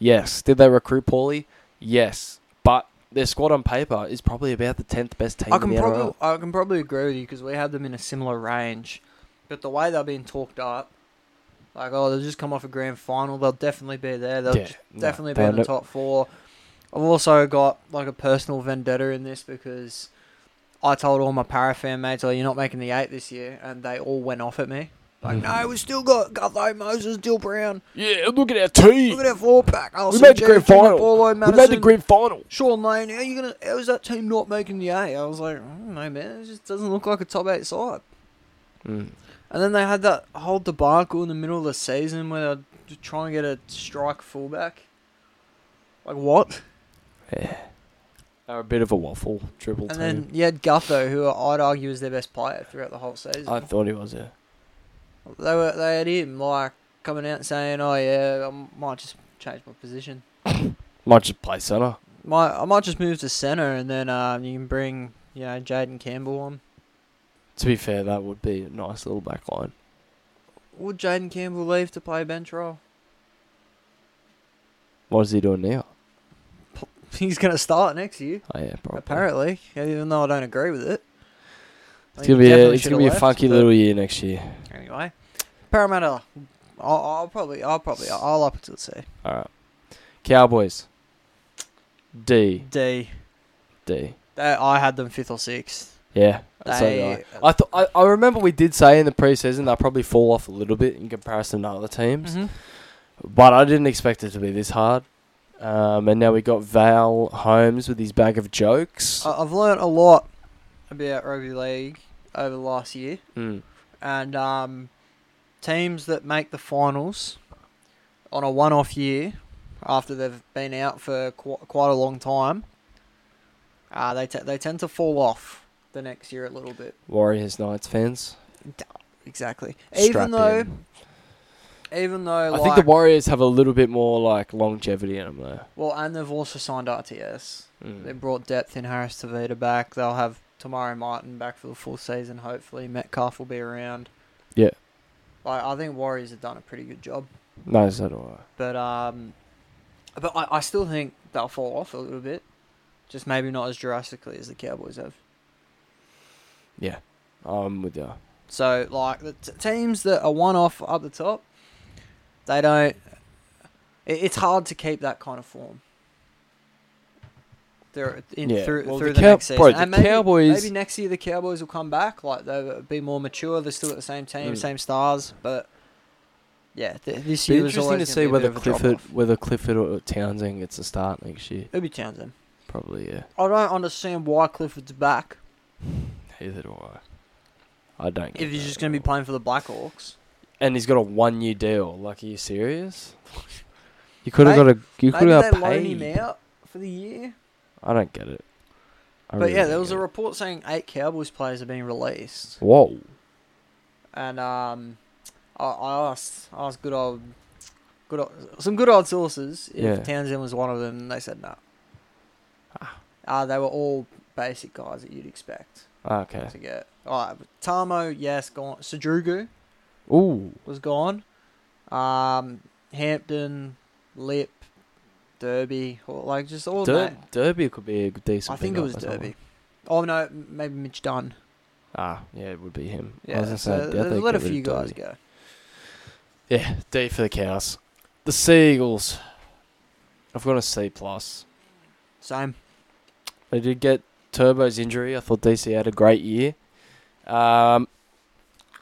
Speaker 1: Yes. Did they recruit poorly? Yes. But their squad on paper is probably about the tenth best team
Speaker 2: I can
Speaker 1: in the
Speaker 2: probably
Speaker 1: NRL.
Speaker 2: I can probably agree with you because we had them in a similar range, but the way they're being talked up, like oh they'll just come off a grand final, they'll definitely be there. They'll
Speaker 1: Yeah,
Speaker 2: j-
Speaker 1: no,
Speaker 2: definitely be
Speaker 1: they're
Speaker 2: in the
Speaker 1: no-
Speaker 2: top four. I've also got like a personal vendetta in this because I told all my para fan mates, "Oh, you're not making the eight this year," and they all went off at me. Like,
Speaker 1: Mm-hmm.
Speaker 2: no, we still got Gutho, Moses, Dill Brown.
Speaker 1: Yeah, look at our team.
Speaker 2: Look at our four pack. Oh,
Speaker 1: We made the grand final. We made the grand final.
Speaker 2: Sean Lane, how you gonna? How is that team not making the eight? I was like, I don't know, man. It just doesn't look like a top eight side. Mm. And then they had that whole debacle in the middle of the season where they're just trying to get a strike fullback. Like what?
Speaker 1: They're a bit of a waffle triple
Speaker 2: And
Speaker 1: team.
Speaker 2: then you had Gutho, who I'd argue was their best player throughout the whole season.
Speaker 1: I thought he was yeah.
Speaker 2: They were they had him like coming out and saying, "Oh yeah, I might just change my position.
Speaker 1: Might just play center.
Speaker 2: My I might just move to center, and then um, you can bring you know Jaden Campbell on.
Speaker 1: To be fair, that would be a nice little back line.
Speaker 2: Would Jaden Campbell leave to play bench role?
Speaker 1: What is he doing now?
Speaker 2: He's gonna start next year,
Speaker 1: Oh yeah, probably.
Speaker 2: apparently. Even though I don't agree with it. I
Speaker 1: It's
Speaker 2: think
Speaker 1: gonna be
Speaker 2: he
Speaker 1: a,
Speaker 2: definitely
Speaker 1: it's
Speaker 2: should
Speaker 1: gonna be
Speaker 2: have
Speaker 1: a
Speaker 2: left,
Speaker 1: funky
Speaker 2: but
Speaker 1: little year next year.
Speaker 2: Anyway, Parramatta. I'll, I'll probably, I'll probably, I'll up it to the C.
Speaker 1: All right, Cowboys. D
Speaker 2: D.
Speaker 1: D.
Speaker 2: They, I had them fifth or sixth.
Speaker 1: Yeah. so did I.
Speaker 2: They,
Speaker 1: I thought I, I remember we did say in the preseason they'll probably fall off a little bit in comparison to other teams,
Speaker 2: Mhm.
Speaker 1: but I didn't expect it to be this hard. Um, and now we got Val Holmes with his bag of jokes.
Speaker 2: I- I've learnt a lot about rugby league over the last year,
Speaker 1: Mm.
Speaker 2: and um, teams that make the finals on a one-off year after they've been out for qu- quite a long time, uh, they te- they tend to fall off the next year a little bit.
Speaker 1: Warriors Knights fans.
Speaker 2: Exactly.
Speaker 1: strap
Speaker 2: even though,
Speaker 1: in.
Speaker 2: even though,
Speaker 1: I
Speaker 2: like,
Speaker 1: think the Warriors have a little bit more like longevity in them though.
Speaker 2: well, and they've also signed RTS.
Speaker 1: Mm.
Speaker 2: They brought depth in Harris Tavita back. They'll have Tamari Martin back for the full season, hopefully. Metcalf will be around.
Speaker 1: Yeah. Like,
Speaker 2: Like, I think Warriors have done a pretty good job.
Speaker 1: No, so do I.
Speaker 2: But um but I, I still think they'll fall off a little bit. Just maybe not as drastically as the Cowboys have.
Speaker 1: Yeah, I'm with you.
Speaker 2: So like the t- teams that are one off up the top, they don't it, it's hard to keep that kind of form. They're in
Speaker 1: Yeah,
Speaker 2: through
Speaker 1: well,
Speaker 2: through
Speaker 1: the
Speaker 2: the,
Speaker 1: Cow-
Speaker 2: next season.
Speaker 1: bro, the
Speaker 2: and maybe,
Speaker 1: Cowboys-
Speaker 2: maybe next year the Cowboys will come back, like they'll be more mature, they're still at the same team,
Speaker 1: Mm.
Speaker 2: same stars, but yeah, th- this
Speaker 1: Be
Speaker 2: year was
Speaker 1: interesting to
Speaker 2: always
Speaker 1: see
Speaker 2: gonna be
Speaker 1: whether
Speaker 2: a bit of a
Speaker 1: Clifford,
Speaker 2: drop-off.
Speaker 1: whether Clifford or Townsend gets a start next year.
Speaker 2: It'll be Townsend.
Speaker 1: Probably, yeah.
Speaker 2: I don't understand why Clifford's back
Speaker 1: Either do I. I don't. get
Speaker 2: if he's
Speaker 1: that
Speaker 2: just
Speaker 1: at
Speaker 2: going to be
Speaker 1: all.
Speaker 2: playing for the Blackhawks.
Speaker 1: and he's got a one-year deal. Like, are you serious? You could have
Speaker 2: Mate,
Speaker 1: got a. You could
Speaker 2: Maybe
Speaker 1: have
Speaker 2: they
Speaker 1: got
Speaker 2: loan him
Speaker 1: paid.
Speaker 2: out for the year.
Speaker 1: I don't get it. I
Speaker 2: But
Speaker 1: really
Speaker 2: yeah,
Speaker 1: don't
Speaker 2: there was
Speaker 1: get
Speaker 2: a
Speaker 1: it.
Speaker 2: report saying eight Cowboys players are being released,
Speaker 1: Whoa.
Speaker 2: and um, I, I asked, I asked good old, good old, some good old sources if
Speaker 1: Yeah.
Speaker 2: Townsend was one of them, and they said no. Uh, they were all basic guys that you'd expect
Speaker 1: Ah, Okay.
Speaker 2: to get. All right, Tamo, yes, gone. Sajugu,
Speaker 1: Ooh.
Speaker 2: was gone. Um, Hampton, Lip, Derby, or like just all
Speaker 1: Der-
Speaker 2: that.
Speaker 1: Derby could be a decent.
Speaker 2: I think it
Speaker 1: pickup
Speaker 2: was
Speaker 1: as well.
Speaker 2: Derby. Oh no, m- maybe Mitch Dunn.
Speaker 1: Ah, yeah, it would be him. I
Speaker 2: Yeah,
Speaker 1: was gonna
Speaker 2: so
Speaker 1: say, I
Speaker 2: there's
Speaker 1: think
Speaker 2: let a
Speaker 1: get rid
Speaker 2: few
Speaker 1: of
Speaker 2: guys
Speaker 1: Derby.
Speaker 2: go.
Speaker 1: Yeah, D for the cows. The Seagulls. I've got a C plus.
Speaker 2: Same.
Speaker 1: They did get Turbo's injury. I thought DC had a great year. Um,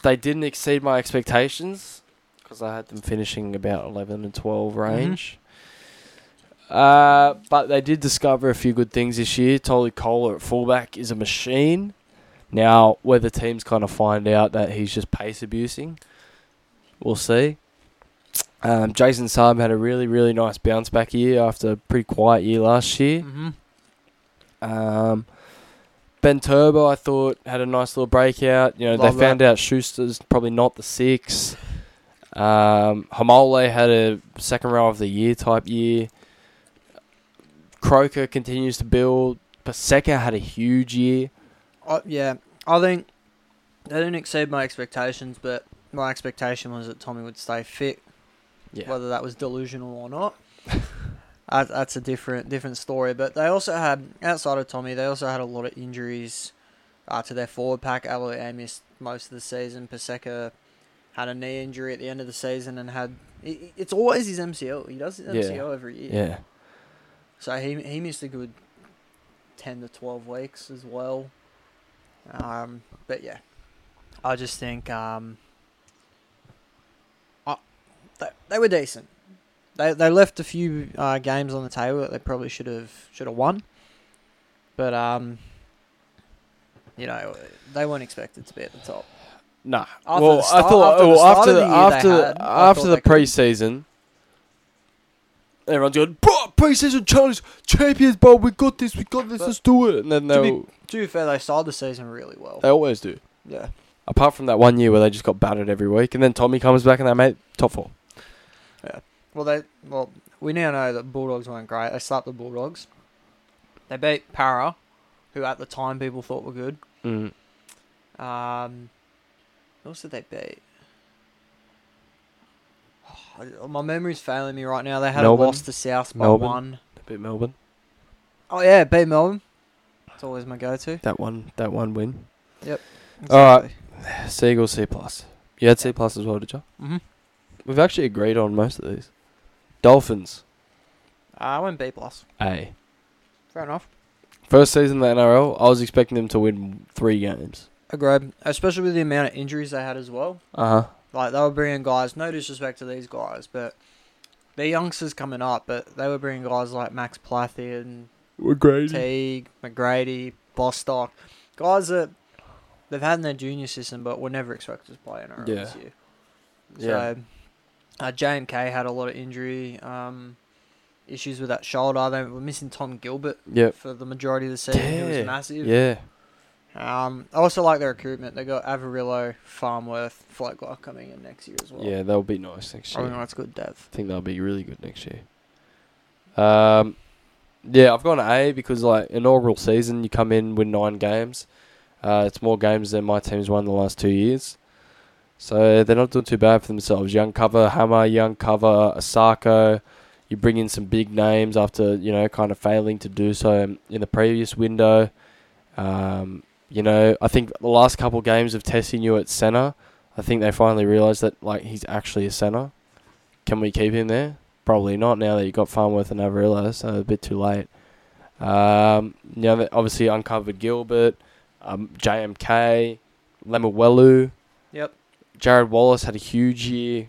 Speaker 1: they didn't exceed my expectations because I had them finishing about 11 and 12 range. Uh, but they did discover a few good things this year. Tolu Kohler at fullback is a machine. Now, whether teams kind of find out that he's just pace abusing, we'll see. Um, Jason Saab had a really, really nice bounce back year after a pretty quiet year last year.
Speaker 2: Mm-hmm.
Speaker 1: Um, ben Turbo, I thought, had a nice little breakout. You know,
Speaker 2: Love
Speaker 1: they found out Schuster's probably not the six. Um, Hamole had a second row of the year type year. Croker continues to build. Paseka had a huge year.
Speaker 2: I, yeah, I think they didn't exceed my expectations, but my expectation was that Tommy would stay fit,
Speaker 1: Yeah.
Speaker 2: whether that was delusional or not. that, that's a different different story. But they also had outside of Tommy, they also had a lot of injuries uh, to their forward pack. Aloy A missed most of the season. Paseka had a knee injury at the end of the season and had i- i it's always his MCL. He does his
Speaker 1: Yeah.
Speaker 2: MCL every year,
Speaker 1: Yeah.
Speaker 2: so he he missed a good ten to twelve weeks as well. Um, but yeah, I just think um, they, they were decent. They they left a few uh, games on the table that they probably should have should have won. But um, you know, they weren't expected to be at the top.
Speaker 1: Nah.
Speaker 2: After
Speaker 1: well,
Speaker 2: the start-
Speaker 1: I thought
Speaker 2: after the
Speaker 1: well,
Speaker 2: start
Speaker 1: after the,
Speaker 2: of the year they
Speaker 1: after
Speaker 2: had, I
Speaker 1: after
Speaker 2: thought
Speaker 1: the
Speaker 2: they could've-
Speaker 1: preseason, everyone's going, bro, preseason challenge, champions, bro, we got this, we got this,
Speaker 2: But
Speaker 1: let's do it. And then
Speaker 2: to
Speaker 1: they
Speaker 2: be-
Speaker 1: will-
Speaker 2: To be fair, they started the season really well.
Speaker 1: they always do.
Speaker 2: Yeah.
Speaker 1: Apart from that one year where they just got battered every week, and then Tommy comes back and they made top four.
Speaker 2: Well, they well we now know that Bulldogs weren't great. They slapped the Bulldogs. They beat Para, who at the time people thought were good.
Speaker 1: Mm.
Speaker 2: Um, who else did they beat? Oh, my memory's failing me right now. They had
Speaker 1: Melbourne?
Speaker 2: a loss to South by
Speaker 1: Melbourne?
Speaker 2: one.
Speaker 1: They beat Melbourne.
Speaker 2: Oh yeah, beat Melbourne. It's always my go-to.
Speaker 1: That one, that one win. All
Speaker 2: Exactly.
Speaker 1: Seagull C plus. You had C plus as well, did you?
Speaker 2: Mhm.
Speaker 1: We've actually agreed on most of these. Dolphins
Speaker 2: Uh, I went B plus.
Speaker 1: A.
Speaker 2: Fair enough.
Speaker 1: First season of the NRL, I was expecting them to win three games.
Speaker 2: Agreed. Especially with the amount of injuries they had as well.
Speaker 1: Uh huh.
Speaker 2: Like they were bringing guys. No disrespect to these guys, but they're youngsters coming up. But they were bringing guys like Max Plathie and
Speaker 1: We're great.
Speaker 2: Teague, McGrady, Bostock, guys that they've had in their junior system, but were never expected to play in our
Speaker 1: Yeah.
Speaker 2: this year. So,
Speaker 1: Yeah.
Speaker 2: uh, JMK had a lot of injury um, issues with that shoulder. They were missing Tom Gilbert
Speaker 1: Yep.
Speaker 2: for the majority of the season. It
Speaker 1: Yeah.
Speaker 2: was massive.
Speaker 1: Yeah.
Speaker 2: Um, I also like their recruitment. They got Avarillo, Farmworth, Flightglock coming in next year as well.
Speaker 1: Yeah, that'll be nice next
Speaker 2: I
Speaker 1: year.
Speaker 2: think Oh, that's good depth.
Speaker 1: I think that'll be really good next year. Um, yeah, I've gone A because like inaugural season, you come in with nine games. Uh, it's more games than my team's won in the last two years. So they're not doing too bad for themselves. Young cover Hammer, young cover Asako. You bring in some big names after you know kind of failing to do so in the previous window. Um, you know, I think the last couple games of Tessie New at centre, I think they finally realised that like he's actually a centre. Can we keep him there? Probably not now that you've got Farmworth and Avarillo, so a bit too late. Um, you know, they obviously uncovered Gilbert, um, JMK, Lemuelu,
Speaker 2: Yep.
Speaker 1: Jared Wallace had a huge year.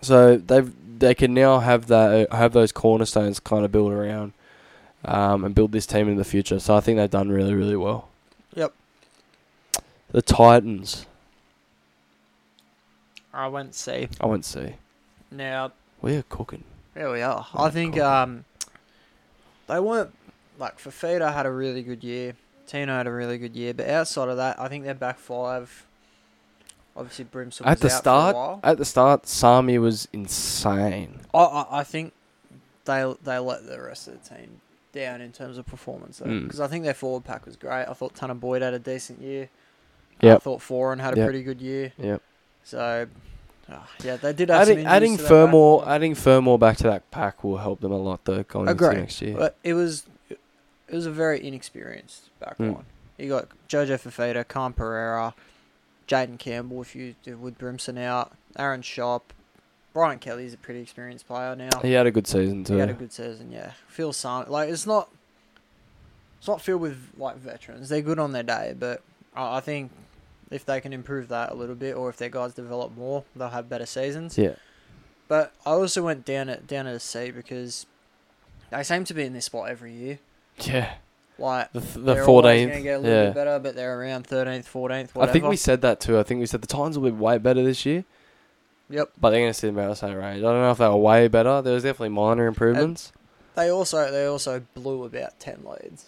Speaker 1: So they've they can now have that uh, have those cornerstones kind of built around um, and build this team in the future. So I think they've done really really well.
Speaker 2: Yep.
Speaker 1: The Titans,
Speaker 2: I went C.
Speaker 1: I won't see.
Speaker 2: Now,
Speaker 1: We are cooking.
Speaker 2: There we are.
Speaker 1: Yeah,
Speaker 2: I think
Speaker 1: cool.
Speaker 2: um, they weren't like Fafita had a really good year. Tino had a really good year, but outside of that, I think they're back five. Obviously, Brimson was
Speaker 1: At the
Speaker 2: out
Speaker 1: start,
Speaker 2: For a while.
Speaker 1: At the start, Sami was insane.
Speaker 2: I, I I think they they let the rest of the team down in terms of performance though,
Speaker 1: Mm.
Speaker 2: because I think their forward pack was great. I thought Tanner Boyd had a decent year. I
Speaker 1: Yep.
Speaker 2: thought Foran had a
Speaker 1: Yep.
Speaker 2: pretty good year.
Speaker 1: Yep.
Speaker 2: So, ah, yeah, they did have some
Speaker 1: Adding
Speaker 2: injuries
Speaker 1: adding
Speaker 2: to their back
Speaker 1: Fermor
Speaker 2: line.
Speaker 1: adding Fermor back to that pack will help them a lot though going into
Speaker 2: Agree.
Speaker 1: next year.
Speaker 2: But it was it was a very inexperienced back
Speaker 1: Mm.
Speaker 2: line. You got Jojo Fafita, Khan Pereira, Jaden Campbell if you do with Brimson out, Aaron Shop, Brian Kelly's a pretty experienced player now.
Speaker 1: He had a good season
Speaker 2: He
Speaker 1: too.
Speaker 2: had a good season, yeah. Phil Sam like it's not it's not filled with like veterans. They're good on their day, but I, I think if they can improve that a little bit or if their guys develop more, they'll have better seasons.
Speaker 1: yeah.
Speaker 2: But I also went down at down at a C because they seem to be in this spot every year.
Speaker 1: Yeah.
Speaker 2: Like
Speaker 1: The, th- the
Speaker 2: they're always
Speaker 1: fourteenth.
Speaker 2: gonna get a little
Speaker 1: Yeah.
Speaker 2: bit better, but they're around thirteenth, fourteenth,
Speaker 1: I
Speaker 2: whatever.
Speaker 1: think we said that too. I think we said the Titans will be way better this year,
Speaker 2: Yep.
Speaker 1: but they're going to sit about the same range. I don't know if they were way better. There was definitely minor improvements.
Speaker 2: They also they also blew about ten leads.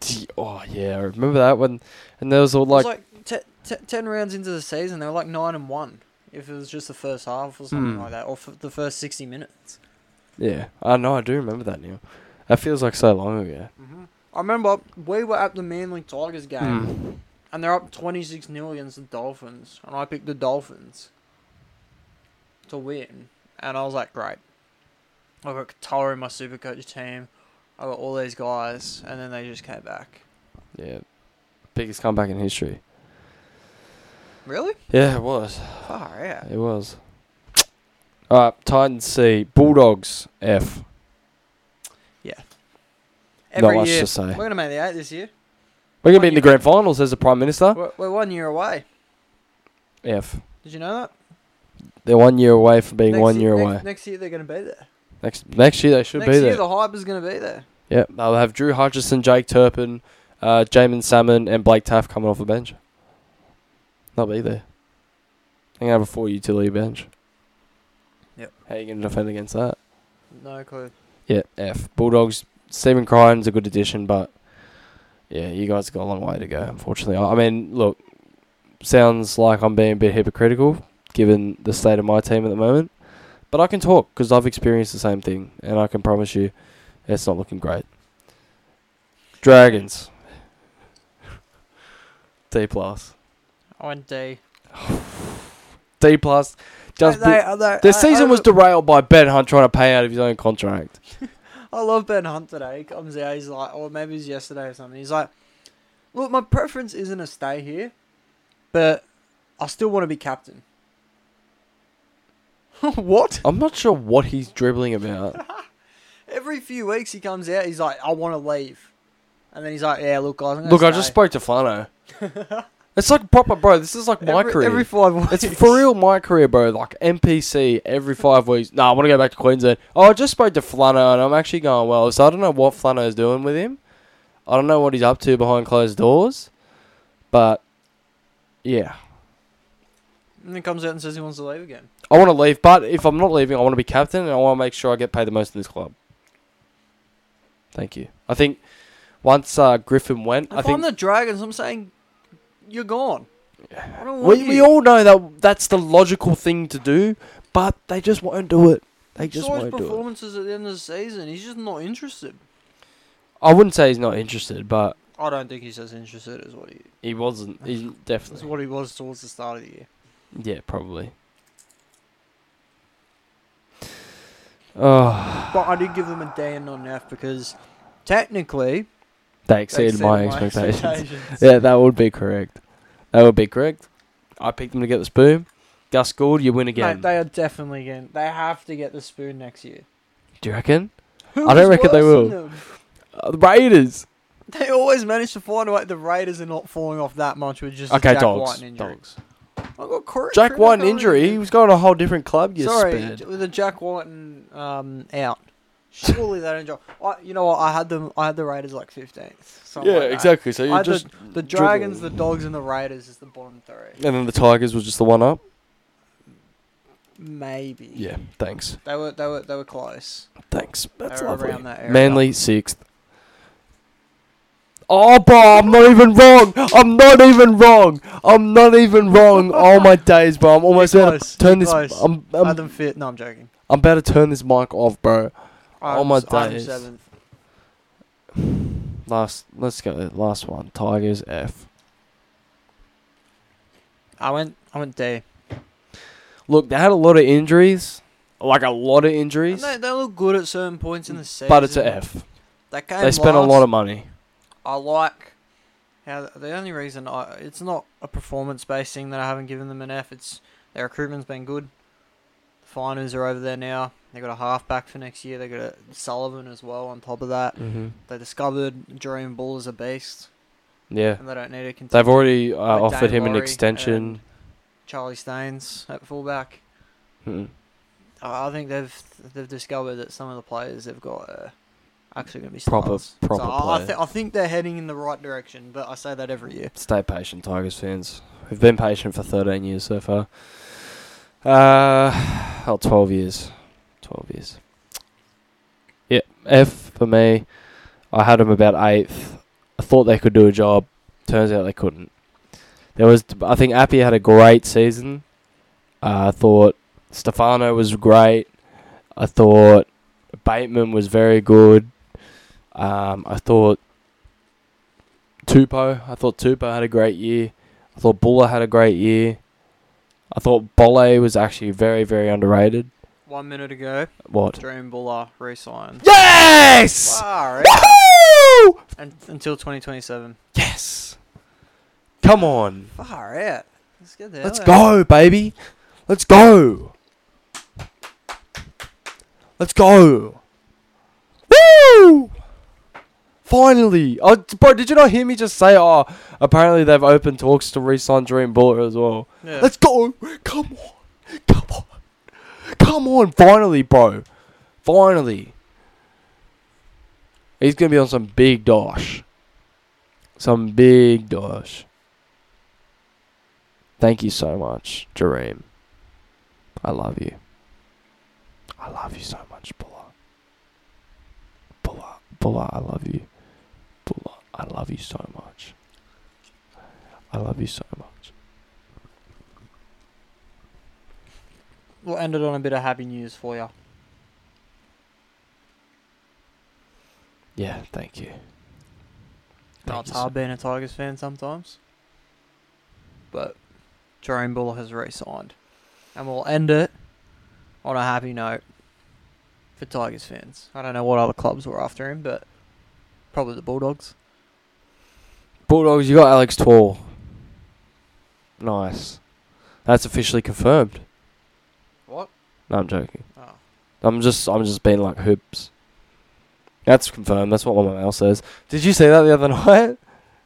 Speaker 1: Gee, oh yeah, I remember that one. And there was all
Speaker 2: Like,
Speaker 1: like,
Speaker 2: it was like te- te- ten rounds into the season, they were like nine and one. If it was just the first half or something
Speaker 1: Hmm.
Speaker 2: like that, or f- the first sixty minutes.
Speaker 1: yeah, I know, I do remember that now. That feels like so long ago.
Speaker 2: Mm-hmm. I remember we were at the Manly Tigers game,
Speaker 1: Mm.
Speaker 2: and they're up twenty six 0 against the Dolphins, and I picked the Dolphins to win, and I was like, great. I got Katara in my Supercoach team. I got all these guys, and then they just came back.
Speaker 1: Yeah, biggest comeback in history.
Speaker 2: Really?
Speaker 1: Yeah, it was.
Speaker 2: Far out.
Speaker 1: It was. All right, Titans C, Bulldogs F.
Speaker 2: Every
Speaker 1: much
Speaker 2: year,
Speaker 1: to say.
Speaker 2: we're gonna make the eight this year.
Speaker 1: We're gonna
Speaker 2: One
Speaker 1: be in the
Speaker 2: year.
Speaker 1: grand finals as the prime minister.
Speaker 2: We're, we're one year away.
Speaker 1: F.
Speaker 2: Did you know that?
Speaker 1: They're one year away from being one year,
Speaker 2: next,
Speaker 1: away.
Speaker 2: Next year they're going to be there.
Speaker 1: Next next year they should
Speaker 2: next
Speaker 1: be
Speaker 2: year
Speaker 1: there.
Speaker 2: the hype is going to be there.
Speaker 1: yep, they'll have Drew Hutchison, Jake Turpin, uh, Jamin Salmon, and Blake Taff coming off the bench. They'll be there. They're gonna have a full utility bench.
Speaker 2: Yep.
Speaker 1: How you gonna defend against that?
Speaker 2: No clue.
Speaker 1: Yeah, F Bulldogs. Stephen Crichton's a good addition, but yeah, you guys got a long way to go. Unfortunately, I I mean, look, sounds like I'm being a bit hypocritical given the state of my team at the moment, but I can talk because I've experienced the same thing, and I can promise you, it's not looking great. Dragons. D plus.
Speaker 2: I went D.
Speaker 1: D plus. Just
Speaker 2: They-
Speaker 1: be-
Speaker 2: they- they-
Speaker 1: their
Speaker 2: I-
Speaker 1: season
Speaker 2: I-
Speaker 1: was derailed by Ben Hunt trying to pay out of his own contract.
Speaker 2: I love Ben Hunt today. He comes out, he's like, or maybe it was yesterday or something. He's like, look, my preference isn't to stay here, but I still want to be captain. what?
Speaker 1: I'm not sure what he's dribbling about.
Speaker 2: Every few weeks he comes out, he's like, I want to leave. And then he's like, yeah, look, guys, I'm gonna
Speaker 1: Look, I
Speaker 2: stay."
Speaker 1: just spoke to Fano. it's like proper, bro. This is like my
Speaker 2: every,
Speaker 1: career.
Speaker 2: Every five weeks.
Speaker 1: it's for real, my career, bro. Like NPC every five weeks. No, I want to go back to Queensland. Oh, I just spoke to Flano, and I'm actually going well. So I don't know what Flano's doing with him. I don't know what he's up to behind closed doors, but yeah,
Speaker 2: And then comes out and says he wants to leave again.
Speaker 1: I want to leave. But if I'm not leaving, I want to be captain, and I want to make sure I get paid the most in this club. Thank you. I think once uh, Griffin went,
Speaker 2: If
Speaker 1: I think
Speaker 2: I'm the Dragons, I'm saying, you're gone. I don't want
Speaker 1: We,
Speaker 2: you.
Speaker 1: we all know that that's the logical thing to do, but they just won't do it. They just
Speaker 2: saw his
Speaker 1: won't do it.
Speaker 2: performances at the end of the season. He's just not interested.
Speaker 1: I wouldn't say he's not interested, but
Speaker 2: I don't think he's as interested as what he
Speaker 1: he wasn't. He's
Speaker 2: That's
Speaker 1: definitely.
Speaker 2: what he was towards the start of the year.
Speaker 1: Yeah, probably. Oh,
Speaker 2: But I did give them a day and not an F because technically
Speaker 1: they
Speaker 2: they
Speaker 1: exceeded my expectations. yeah,
Speaker 2: yeah.
Speaker 1: that would be correct. That would be correct. I picked them to get the spoon. Gus Gould, you win again.
Speaker 2: Mate, they are definitely getting. They have to get the spoon next year.
Speaker 1: do you reckon?
Speaker 2: Who
Speaker 1: I don't
Speaker 2: is
Speaker 1: reckon they
Speaker 2: worse than them?
Speaker 1: Uh, the Raiders.
Speaker 2: They always manage to find out the Raiders are not falling off that much with just a
Speaker 1: Okay,
Speaker 2: Jack
Speaker 1: dogs.
Speaker 2: White injury.
Speaker 1: Dogs.
Speaker 2: I got Cor-
Speaker 1: Jack
Speaker 2: Criminal
Speaker 1: White
Speaker 2: Code
Speaker 1: injury. He
Speaker 2: again.
Speaker 1: was going to a whole different club. You
Speaker 2: Sorry,
Speaker 1: sped.
Speaker 2: with the Jack White and, um out. Surely they don't. jo- I, you know what? I had them. I had the Raiders like fifteenth.
Speaker 1: yeah, exactly. So you
Speaker 2: I
Speaker 1: just
Speaker 2: The Dragons, the Dogs, and the Raiders is the bottom three.
Speaker 1: and then the Tigers was just the one up.
Speaker 2: Maybe.
Speaker 1: Yeah, thanks,
Speaker 2: They were they were they were close.
Speaker 1: thanks. That's
Speaker 2: They're
Speaker 1: lovely.
Speaker 2: around that area.
Speaker 1: Manly sixth. Oh, bro, I'm not even wrong. I'm not even wrong. I'm not even wrong. Oh my days, bro. I'm almost
Speaker 2: You're
Speaker 1: about
Speaker 2: close,
Speaker 1: to turn
Speaker 2: you're
Speaker 1: this.
Speaker 2: close.
Speaker 1: I'm,
Speaker 2: Had
Speaker 1: I'm,
Speaker 2: them fit. No, I'm joking.
Speaker 1: I'm about to turn this mic off, bro.
Speaker 2: I'm,
Speaker 1: Oh my
Speaker 2: s- I'm
Speaker 1: days.
Speaker 2: seventh.
Speaker 1: Last, let's go. Last one. Tigers F.
Speaker 2: I went I went D.
Speaker 1: Look, they had a lot of injuries, like a lot of
Speaker 2: And
Speaker 1: injuries,
Speaker 2: They, they look good at certain points in the season.
Speaker 1: but it's a F.
Speaker 2: They,
Speaker 1: They spent a lot of money.
Speaker 2: I like how th- the only reason I it's not a performance based thing that I haven't given them an F. It's their recruitment's been good. The finals are over there now. They got a halfback for next year. They got a Sullivan as well. On top of that,
Speaker 1: Mm-hmm.
Speaker 2: they discovered Jerome Bull is a beast,
Speaker 1: Yeah.
Speaker 2: and they don't need to continue.
Speaker 1: They've already uh,
Speaker 2: Like
Speaker 1: offered
Speaker 2: Dan
Speaker 1: him an
Speaker 2: Laurie
Speaker 1: extension.
Speaker 2: Charlie Staines at fullback.
Speaker 1: Mm.
Speaker 2: I I think they've they've discovered that some of the players they've got are actually going to be
Speaker 1: Proper-
Speaker 2: stars.
Speaker 1: proper
Speaker 2: So I, I,
Speaker 1: players.
Speaker 2: th- I think they're heading in the right direction, but I say that every year.
Speaker 1: Stay patient, Tigers fans. We've been patient for 13 years so far. Uh, oh, 12 years. 12 years. Yeah, F for me. I had them about 8th. I thought they could do a job. Turns out they couldn't. There was, I think Appy had a great season. Uh, I thought Stefano was great. I thought Bateman was very good. Um, I thought Tupo. I thought Tupo had a great year. I thought Buller had a great year. I thought Bolle was actually very, very underrated.
Speaker 2: One minute ago,
Speaker 1: What?
Speaker 2: Dream Buller re-signed.
Speaker 1: Yes!
Speaker 2: Wow,
Speaker 1: Woo!
Speaker 2: and, until 2027.
Speaker 1: Yes! Come on.
Speaker 2: Far out. Let's get there. eh?
Speaker 1: Let's go, baby. Let's go. Let's go. Woo! Finally. Oh, d- bro, did you not hear me just say, oh, apparently they've opened talks to re sign Dream Buller as well?
Speaker 2: Yeah.
Speaker 1: Let's go. Come on. Come on. Come on, finally, bro. Finally. He's going to be on some big dosh. Some big dosh. Thank you so much, Jareem. I love you. I love you so much, Bulla. Bulla, Bulla, I love you. Bulla, I love you so much. I love you so much.
Speaker 2: We'll end it on a bit of happy news for you.
Speaker 1: Yeah, thank you.
Speaker 2: No,
Speaker 1: Thank
Speaker 2: it's
Speaker 1: you so-
Speaker 2: hard being a Tigers fan sometimes. But Jerome Buller has re-signed. And we'll end it on a happy note for Tigers fans. I don't know what other clubs were after him, but probably the Bulldogs.
Speaker 1: Bulldogs, you got Alex Tall. Nice. That's officially confirmed.
Speaker 2: What?
Speaker 1: No, I'm joking.
Speaker 2: Oh.
Speaker 1: I'm just I'm just being like hoops. That's confirmed. That's what my mouth says. Did you see that the other night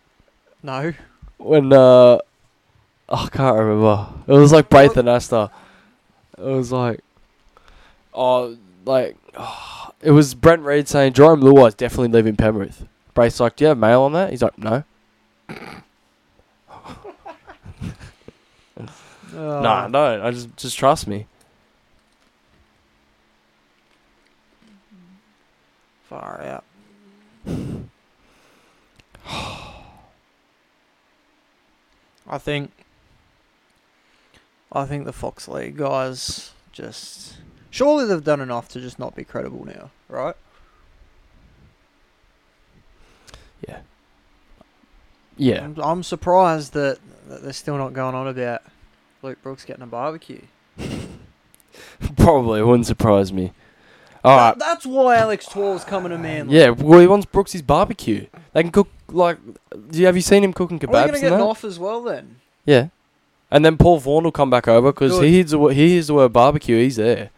Speaker 2: No.
Speaker 1: when uh oh, I can't remember. It was like Braithen Asta. It was like oh like it was Brent Reid saying Jerome Luai is definitely leaving Penrith. Braith's like, do you have mail on that? He's like, no.
Speaker 2: Oh.
Speaker 1: Nah, no. I just just trust me.
Speaker 2: Far out. I think I think the Fox League guys just surely they've done enough to just not be credible now, right?
Speaker 1: Yeah. Yeah.
Speaker 2: I'm, I'm surprised that, that they're still not going on about Luke Brooks getting a barbecue.
Speaker 1: Probably wouldn't surprise me. All right.
Speaker 2: That- that's why Alex Twall's coming to Manly.
Speaker 1: Yeah, well, he wants Brooks's barbecue. They can cook like. Do you, have you seen him cooking
Speaker 2: Are we going
Speaker 1: kebabs?
Speaker 2: to
Speaker 1: and
Speaker 2: get
Speaker 1: that?
Speaker 2: an off as well then?
Speaker 1: Yeah, and then Paul Vaughan will come back over because
Speaker 2: Good.
Speaker 1: he hears the wo- he hears the word barbecue. He's there.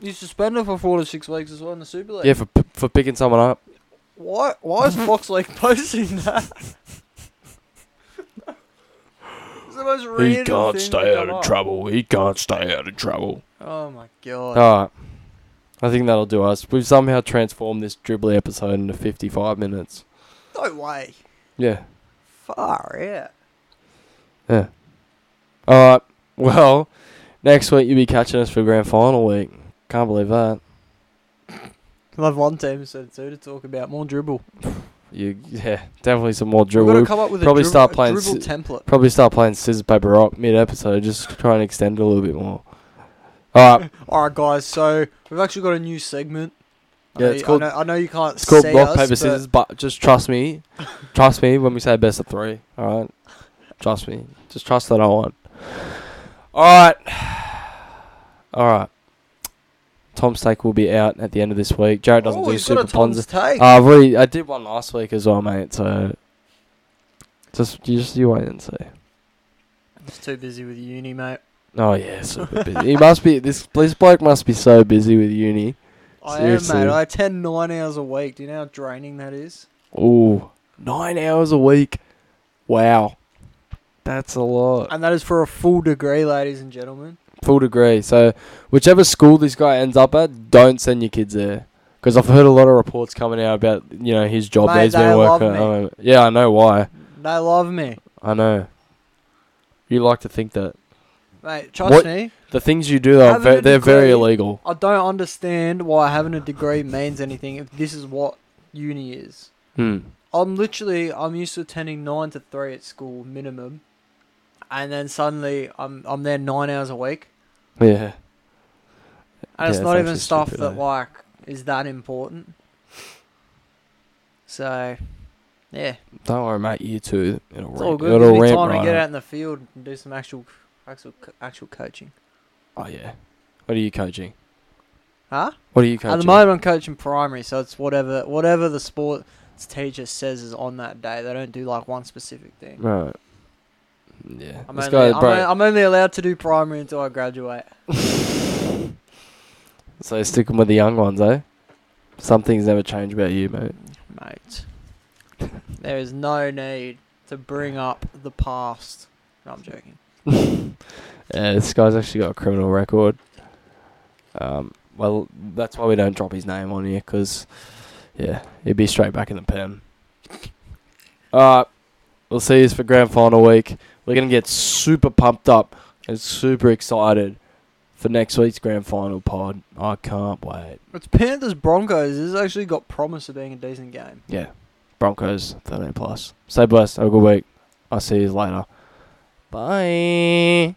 Speaker 2: You suspend her for four to six weeks as well in the Super League.
Speaker 1: Yeah, for p- for picking someone up.
Speaker 2: Why? Why is Fox League posting that? it's the most random thing to come up.
Speaker 1: trouble. He can't stay out of trouble.
Speaker 2: Oh my god!
Speaker 1: All right, I think that'll do us. We've somehow transformed this dribbly episode into fifty-five minutes.
Speaker 2: No way!
Speaker 1: Yeah,
Speaker 2: Far out.
Speaker 1: yeah. All right. Well, next week you'll be catching us for grand final week. Can't believe that.
Speaker 2: I'll have one team instead of two to talk about more dribble.
Speaker 1: You yeah, definitely some more
Speaker 2: We've
Speaker 1: dribble.
Speaker 2: got to come up with
Speaker 1: probably
Speaker 2: a, dribble,
Speaker 1: start
Speaker 2: a
Speaker 1: playing
Speaker 2: dribble
Speaker 1: s-
Speaker 2: template.
Speaker 1: Probably start playing scissors, paper, rock mid episode. Just try and extend it a little bit more. All right,
Speaker 2: All right, guys. So we've actually got a new segment. I
Speaker 1: Yeah,
Speaker 2: know
Speaker 1: it's
Speaker 2: you-
Speaker 1: called-
Speaker 2: I know, I know you can't
Speaker 1: it's called
Speaker 2: see
Speaker 1: rock
Speaker 2: us,
Speaker 1: paper
Speaker 2: but
Speaker 1: scissors, but just trust me, trust me when we say best of three. All right, trust me. Just trust that I won. All right, all right. Tom's take will be out at the end of this week. Jared doesn't
Speaker 2: Oh,
Speaker 1: do
Speaker 2: he's got
Speaker 1: super
Speaker 2: a
Speaker 1: ponza.
Speaker 2: Tom's take.
Speaker 1: Uh, I've already, I did one last week as well, mate. So just you just you wait and see.
Speaker 2: He's too busy with uni, mate.
Speaker 1: Oh yeah, super busy. he must be this this bloke must be so busy with uni.
Speaker 2: I
Speaker 1: Seriously.
Speaker 2: am, mate. I attend nine hours a week. Do you know how draining that is?
Speaker 1: Ooh, nine hours a week. Wow, that's a lot.
Speaker 2: And that is for a full degree, ladies and gentlemen.
Speaker 1: Full degree. So, whichever school this guy ends up at, don't send your kids there. Because I've heard a lot of reports coming out about you know his job.
Speaker 2: Mate,
Speaker 1: that he's
Speaker 2: they
Speaker 1: been
Speaker 2: love
Speaker 1: working. at. Um, yeah, I know why.
Speaker 2: They love me.
Speaker 1: I know. You like to think that
Speaker 2: Mate, trust
Speaker 1: What-
Speaker 2: me,
Speaker 1: the things you do are
Speaker 2: Having
Speaker 1: ve-
Speaker 2: a
Speaker 1: they're very
Speaker 2: degree-
Speaker 1: illegal.
Speaker 2: I don't understand why having a degree means anything if this is what uni is.
Speaker 1: Hmm.
Speaker 2: I'm literally I'm used to attending nine to three at school minimum. And then suddenly I'm I'm there nine hours a week.
Speaker 1: Yeah.
Speaker 2: And
Speaker 1: Yeah,
Speaker 2: it's
Speaker 1: it's
Speaker 2: not even
Speaker 1: actually
Speaker 2: stuff
Speaker 1: stupid,
Speaker 2: that
Speaker 1: eh?
Speaker 2: like is that important. So yeah.
Speaker 1: Don't worry, mate. You too. It'll, ramp,
Speaker 2: It's all good.
Speaker 1: it'll
Speaker 2: It'll be
Speaker 1: ramp
Speaker 2: time
Speaker 1: right
Speaker 2: to get
Speaker 1: up.
Speaker 2: out in the field and do some actual actual actual coaching.
Speaker 1: Oh yeah. What are you coaching?
Speaker 2: Huh?
Speaker 1: What are you coaching?
Speaker 2: At the moment, I'm coaching primary, so it's whatever whatever the sports teacher says is on that day. They don't do like one specific thing.
Speaker 1: Right. Yeah.
Speaker 2: I'm,
Speaker 1: this
Speaker 2: only,
Speaker 1: guy,
Speaker 2: I'm,
Speaker 1: bro.
Speaker 2: only, I'm only allowed to do primary until I graduate.
Speaker 1: so sticking with the young ones, eh? Something's never changed about you, mate.
Speaker 2: Mate, there is no need to bring up the past. No, I'm joking.
Speaker 1: Yeah, this guy's actually got a criminal record. Um, well, that's why we don't drop his name on here, because, yeah, he'd be straight back in the pen. Alright, we'll see you for grand final week. We're going to get super pumped up and super excited for next week's grand final pod. I can't wait.
Speaker 2: It's Panthers Broncos. This has actually got promise of being a decent game.
Speaker 1: Yeah, Broncos 13 plus. Stay blessed. Have a good week. I'll see you later. Bye.